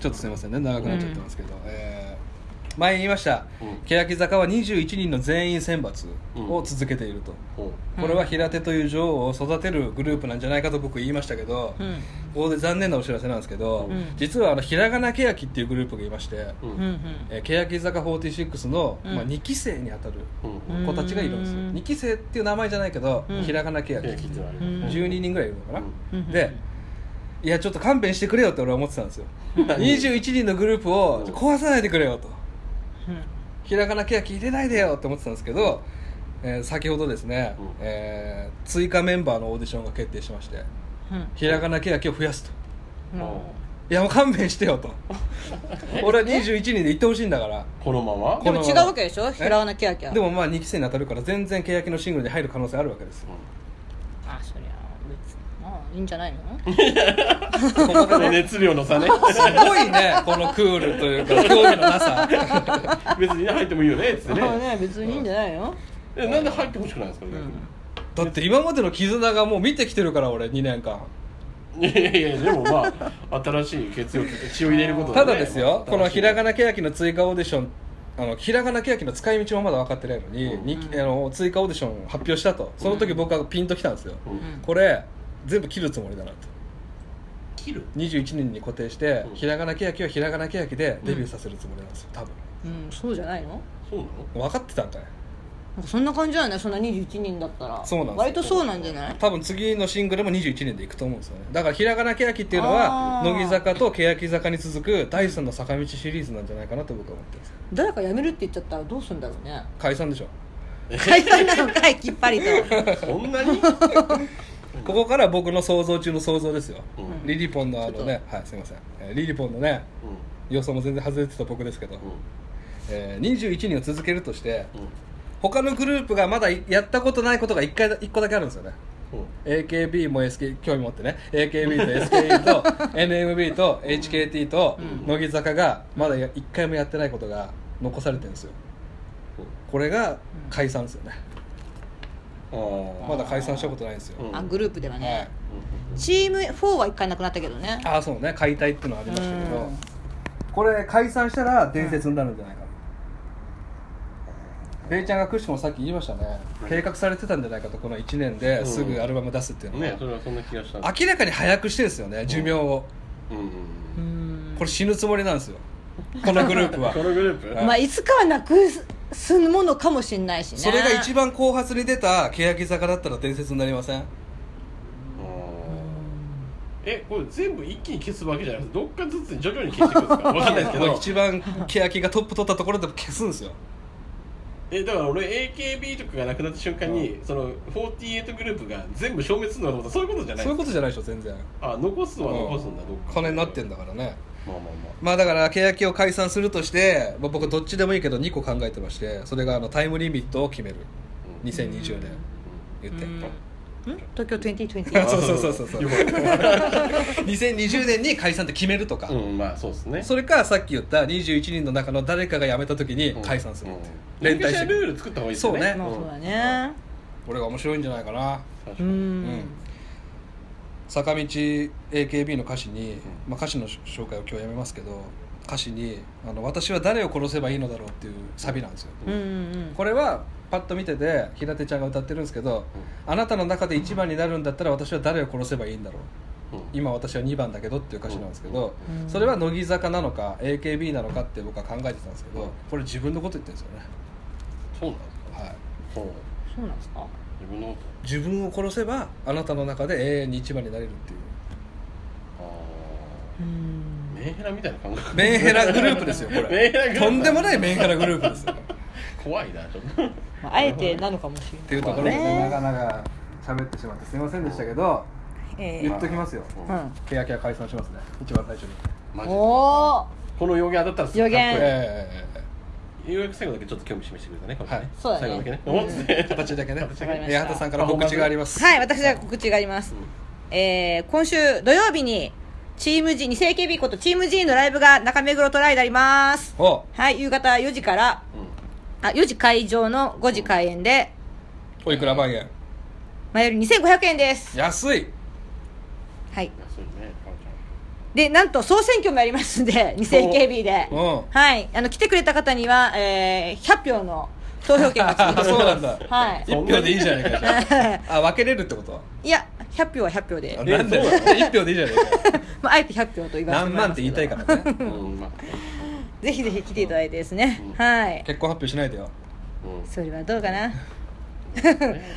[SPEAKER 2] ちょっとすみませんね長くなっちゃってますけど、えー前に言いました、
[SPEAKER 3] うん
[SPEAKER 2] 欅坂は21人の全員選抜を続けていると、
[SPEAKER 3] うん
[SPEAKER 2] これは平手という女王を育てるグループなんじゃないかと僕言いましたけど、
[SPEAKER 1] うん
[SPEAKER 2] ここで残念なお知らせなんですけど、
[SPEAKER 1] うん
[SPEAKER 2] 実はあのひらがなけやきっていうグループがいまして、
[SPEAKER 3] う
[SPEAKER 1] うんうんん
[SPEAKER 2] えー、欅坂46の、
[SPEAKER 1] うん
[SPEAKER 2] まあ、2期生にあたる
[SPEAKER 3] うん
[SPEAKER 2] 子たちがいるんですよ、
[SPEAKER 1] うん
[SPEAKER 2] 2期生っていう名前じゃないけど、
[SPEAKER 1] うん
[SPEAKER 2] ひらがなけやきっ
[SPEAKER 3] 手が
[SPEAKER 2] て
[SPEAKER 3] 切
[SPEAKER 2] い
[SPEAKER 3] って
[SPEAKER 2] う
[SPEAKER 3] ある
[SPEAKER 1] うん
[SPEAKER 2] 12人ぐらいいるのかな、
[SPEAKER 1] うん
[SPEAKER 2] でいやちょっと勘弁してくれよって俺は思ってたんですよ21人のグループを壊さないでくれよとひらがなけやき入れないでよって思ってたんですけど、えー先ほどですね、
[SPEAKER 3] うん
[SPEAKER 2] えー追加メンバーのオーディションが決定しまして
[SPEAKER 1] うん
[SPEAKER 2] ひらがなけやきを増やすと
[SPEAKER 1] うん
[SPEAKER 2] いやもう勘弁して よと俺は21人で行ってほしいんだから
[SPEAKER 3] このまま
[SPEAKER 1] でも違うわけでしょひらがなキャーキャー
[SPEAKER 2] でもまあ2期生に当たるから全然欅のシングルに入る可能性あるわけですよ
[SPEAKER 1] あそりゃ別にまあいいんじゃないの
[SPEAKER 2] ここで
[SPEAKER 3] この
[SPEAKER 2] ね
[SPEAKER 3] 熱量 の差ね
[SPEAKER 2] すごいねこのクールという か興味のなさ
[SPEAKER 3] 別に入ってもいいよねっつって
[SPEAKER 1] まあ
[SPEAKER 3] ね
[SPEAKER 1] ね別にいいんじゃないの
[SPEAKER 3] えなんで入ってほしくないんですか逆に
[SPEAKER 2] だって今までの絆がもう見てきてるから俺2年間
[SPEAKER 3] いやいやいやでもまあ新しい血を血を入れること
[SPEAKER 2] ただですよこのひらが
[SPEAKER 3] な
[SPEAKER 2] なけやきの追加オーディションあのひらがなけやきの使い道もまだ分かってないのに、
[SPEAKER 3] うん
[SPEAKER 2] にあの追加オーディション発表したとその時僕はピンときたんですよ、
[SPEAKER 1] うん
[SPEAKER 2] これ全部切るつもりだなと
[SPEAKER 3] 切る
[SPEAKER 2] 21人に固定して、
[SPEAKER 3] うん
[SPEAKER 2] ひらがなけやきはひらがなけやきでデビューさせるつもりなんですよ多分
[SPEAKER 1] うんそうじゃないの
[SPEAKER 3] そうなの
[SPEAKER 2] 分かってたんかい
[SPEAKER 1] なんかそんな感じなんだよそんな21人だったら
[SPEAKER 2] そうなんですよ
[SPEAKER 1] 割とそうなんじゃない
[SPEAKER 2] 多分次のシングルも21人でいくと思うんですよねだからひらがなけやきっていうのは
[SPEAKER 1] あー
[SPEAKER 2] 乃木坂と欅坂に続く第3の坂道シリーズなんじゃないかなと僕は思ってるんですよ
[SPEAKER 1] 誰か辞めるって言っちゃったらどうするんだろうね
[SPEAKER 2] 解散でしょ
[SPEAKER 1] 解散なのかいきっぱりと
[SPEAKER 3] そんなに
[SPEAKER 2] ここから僕の想像中の想像ですよ、
[SPEAKER 3] うん
[SPEAKER 1] うん
[SPEAKER 2] リリポンのあのねはいすいません、えーリリポンのね予想も全然外れてた僕ですけど、えー21人を続けるとして
[SPEAKER 3] うん
[SPEAKER 2] 他のグループがまだやったことないことが 1, 回だ一個だけあるんですよね
[SPEAKER 3] うん
[SPEAKER 2] AKB も SK 興味持ってね AKB と SKE と NMB と HKT と
[SPEAKER 1] うん
[SPEAKER 2] 乃木坂がまだ1回もやってないことが残されてるんですよこれが解散ですよね
[SPEAKER 3] うんあー
[SPEAKER 2] まだ解散したことないんですよ、
[SPEAKER 3] うん
[SPEAKER 1] あグループでは
[SPEAKER 2] は
[SPEAKER 1] ね
[SPEAKER 2] い、
[SPEAKER 1] チーム4は一回なくなったけどね
[SPEAKER 2] ああそうね解体っていうのはありましたけど、
[SPEAKER 1] うん
[SPEAKER 2] これ解散したら伝説になるんじゃないかなベイちゃんがくしくもさっき言いましたね計画されてたんじゃないかとこの1年ですぐアルバム出すっていうのは、
[SPEAKER 3] ねそれはそんな気がした
[SPEAKER 2] 明らかに早くしてるんですよね寿命を、
[SPEAKER 3] うんうん
[SPEAKER 1] う
[SPEAKER 3] う
[SPEAKER 1] ん
[SPEAKER 3] ん
[SPEAKER 2] これ死ぬつもりなんですよこのグルー プは
[SPEAKER 3] このグループ
[SPEAKER 1] まあいつかはなくすすものかもしれないしね
[SPEAKER 2] それが一番後発に出た欅坂だったら伝説になりません
[SPEAKER 3] えこれ全部一気に消すわけじゃないですどっかずつに徐々に消してい くんですかわかんないですけ
[SPEAKER 2] まあ
[SPEAKER 3] ど
[SPEAKER 2] 一番欅がトップ取ったところでも消すんですよ
[SPEAKER 3] えだから俺 AKB とかがなくなった瞬間に、その48グループが全部消滅するのかと思ったらそういうことじゃない
[SPEAKER 2] そういうことじゃないでしょ全然
[SPEAKER 3] あ残すのは残すんだ、どっか
[SPEAKER 2] 金になってん
[SPEAKER 3] だ
[SPEAKER 2] だからね
[SPEAKER 3] まあまあまあ
[SPEAKER 2] まあだから欅を解散するとして、まあ、僕どっちでもいいけど2個考えてましてそれがあのタイムリミットを決める
[SPEAKER 3] うん
[SPEAKER 2] 2020年言って、
[SPEAKER 1] うんん東京
[SPEAKER 2] あ
[SPEAKER 1] 2020
[SPEAKER 2] そうそうそうそうそう
[SPEAKER 3] よかった
[SPEAKER 2] 2020年に解散って決めるとか、
[SPEAKER 3] うんまあそうですね
[SPEAKER 2] それかさっき言った21人の中の誰かが辞めた時に
[SPEAKER 3] うん
[SPEAKER 2] 解散するって
[SPEAKER 3] う
[SPEAKER 2] い
[SPEAKER 3] ん
[SPEAKER 2] う連帯し
[SPEAKER 3] 昔は
[SPEAKER 2] て
[SPEAKER 3] ルール作った方がいいですよね
[SPEAKER 2] そうね
[SPEAKER 1] まあそうだね
[SPEAKER 2] これが面白いんじゃないかな
[SPEAKER 3] 確
[SPEAKER 1] う
[SPEAKER 3] か
[SPEAKER 1] ん
[SPEAKER 3] に
[SPEAKER 2] 坂道 AKB の歌詞に、まあ、歌詞の紹介を今日やめますけど歌詞にあの「私は誰を殺せばいいのだろう」っていうサビなんですよ
[SPEAKER 1] うんうん
[SPEAKER 2] これはパッと見てて平手ちゃんが歌ってるんですけど、あなたの中で一番になるんだったら私は誰を殺せばいいんだろう
[SPEAKER 3] うん
[SPEAKER 2] 今私は2番だけどっていう歌詞なんですけど、
[SPEAKER 1] うん
[SPEAKER 2] それは乃木坂なのか AKB なのかって僕は考えてたんですけどこれ自分のこと言ってるんですよね、
[SPEAKER 3] そうなんですか
[SPEAKER 2] はい、
[SPEAKER 3] そう
[SPEAKER 1] そうなんですか
[SPEAKER 3] 自分のこと
[SPEAKER 2] 自分を殺せばあなたの中で永遠に一番になれるっていう
[SPEAKER 3] あ
[SPEAKER 1] うん
[SPEAKER 3] ーメンヘラみたいな感覚
[SPEAKER 2] メンヘラグループですよこ
[SPEAKER 3] メン
[SPEAKER 2] れ
[SPEAKER 3] ヘラグループ
[SPEAKER 2] とんでもないメンヘラグループですよっ
[SPEAKER 3] 怖いなちょっと
[SPEAKER 1] まああえてなのかもしれない
[SPEAKER 2] ていうところでね長々喋ってしまってすいませんでしたけど
[SPEAKER 1] ええ
[SPEAKER 2] 言っときますよ
[SPEAKER 3] うん
[SPEAKER 1] うん
[SPEAKER 2] 欅は解散しますね一番最初に
[SPEAKER 3] マジで
[SPEAKER 1] おお
[SPEAKER 3] この予言当たったらすご
[SPEAKER 1] 予
[SPEAKER 3] い
[SPEAKER 1] 言
[SPEAKER 3] かっこいい
[SPEAKER 2] ええ
[SPEAKER 3] ようやく最後だけちょっと興味示してくれたね、これね
[SPEAKER 2] はい
[SPEAKER 1] そうだね
[SPEAKER 3] 最後だけね。思ってて
[SPEAKER 2] 形だけね
[SPEAKER 3] 形
[SPEAKER 1] だけね
[SPEAKER 2] 八幡さんから告知があります
[SPEAKER 1] はい私は告知があります、えー今週土曜日にチーム G 二世 KB ことチーム G のライブが中目黒トライであります
[SPEAKER 2] お
[SPEAKER 1] はい夕方4時からあ4時会場の5時開演で
[SPEAKER 2] おいくら万円
[SPEAKER 1] 前より2500円です
[SPEAKER 2] 安い
[SPEAKER 1] はい
[SPEAKER 3] いやそうよね、かおち
[SPEAKER 1] でなんと総選挙もやりますん で二世 KB で
[SPEAKER 2] うん
[SPEAKER 1] はいあの来てくれた方には、えー100票の投票券がつ
[SPEAKER 2] あ
[SPEAKER 1] きます
[SPEAKER 2] そうなんだ
[SPEAKER 1] はい
[SPEAKER 2] 一票でいいじゃないかじゃああ分けれるってこと
[SPEAKER 1] いや100票は100票で
[SPEAKER 2] あ
[SPEAKER 3] え
[SPEAKER 2] なんで
[SPEAKER 3] そうな
[SPEAKER 2] 一票でいいじゃないか
[SPEAKER 1] まあ、あえて100票と言わせて
[SPEAKER 2] 何
[SPEAKER 1] もらい
[SPEAKER 2] 万
[SPEAKER 1] ます
[SPEAKER 2] っ
[SPEAKER 1] け
[SPEAKER 2] て言い
[SPEAKER 1] ど
[SPEAKER 2] たいからね
[SPEAKER 3] ゃんうん、まあ、
[SPEAKER 1] ぜひぜひ来ていただいてですね、
[SPEAKER 3] うん
[SPEAKER 1] はい
[SPEAKER 2] 結婚発表しないでよ
[SPEAKER 3] うん
[SPEAKER 1] それはどうかな
[SPEAKER 3] ね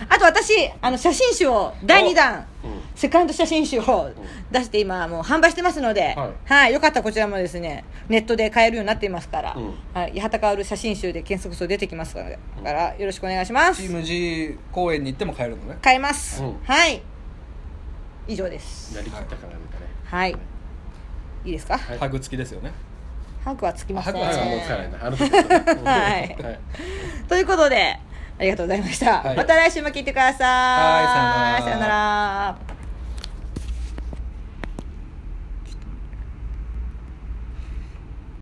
[SPEAKER 1] あと私あの写真集を第2弾
[SPEAKER 3] うん
[SPEAKER 1] セカンド写真集を出して今もう販売してますので、
[SPEAKER 3] はい
[SPEAKER 1] よかったらこちらもですねネットで買えるようになっていますから、
[SPEAKER 3] うん
[SPEAKER 1] はい、八幡薫写真集で検索すると出てきますからからよろしくお願いしま
[SPEAKER 2] チ
[SPEAKER 1] す
[SPEAKER 2] ーム G 公演に行っても買えるのね
[SPEAKER 1] 買えます、
[SPEAKER 3] うん
[SPEAKER 1] はい以上です
[SPEAKER 3] やりきったからなんかね。
[SPEAKER 1] はいいいですか、
[SPEAKER 3] い
[SPEAKER 2] ハグ付きですよね
[SPEAKER 1] ハグはつきません
[SPEAKER 2] ハグはつか
[SPEAKER 3] あ
[SPEAKER 2] な
[SPEAKER 3] もう
[SPEAKER 2] い
[SPEAKER 3] 疲れない。あの時 は
[SPEAKER 1] はい
[SPEAKER 3] はい。
[SPEAKER 1] ということでありがとうございました、
[SPEAKER 2] はい
[SPEAKER 1] また来週も聞いてください
[SPEAKER 2] はいさよなら
[SPEAKER 1] さよなら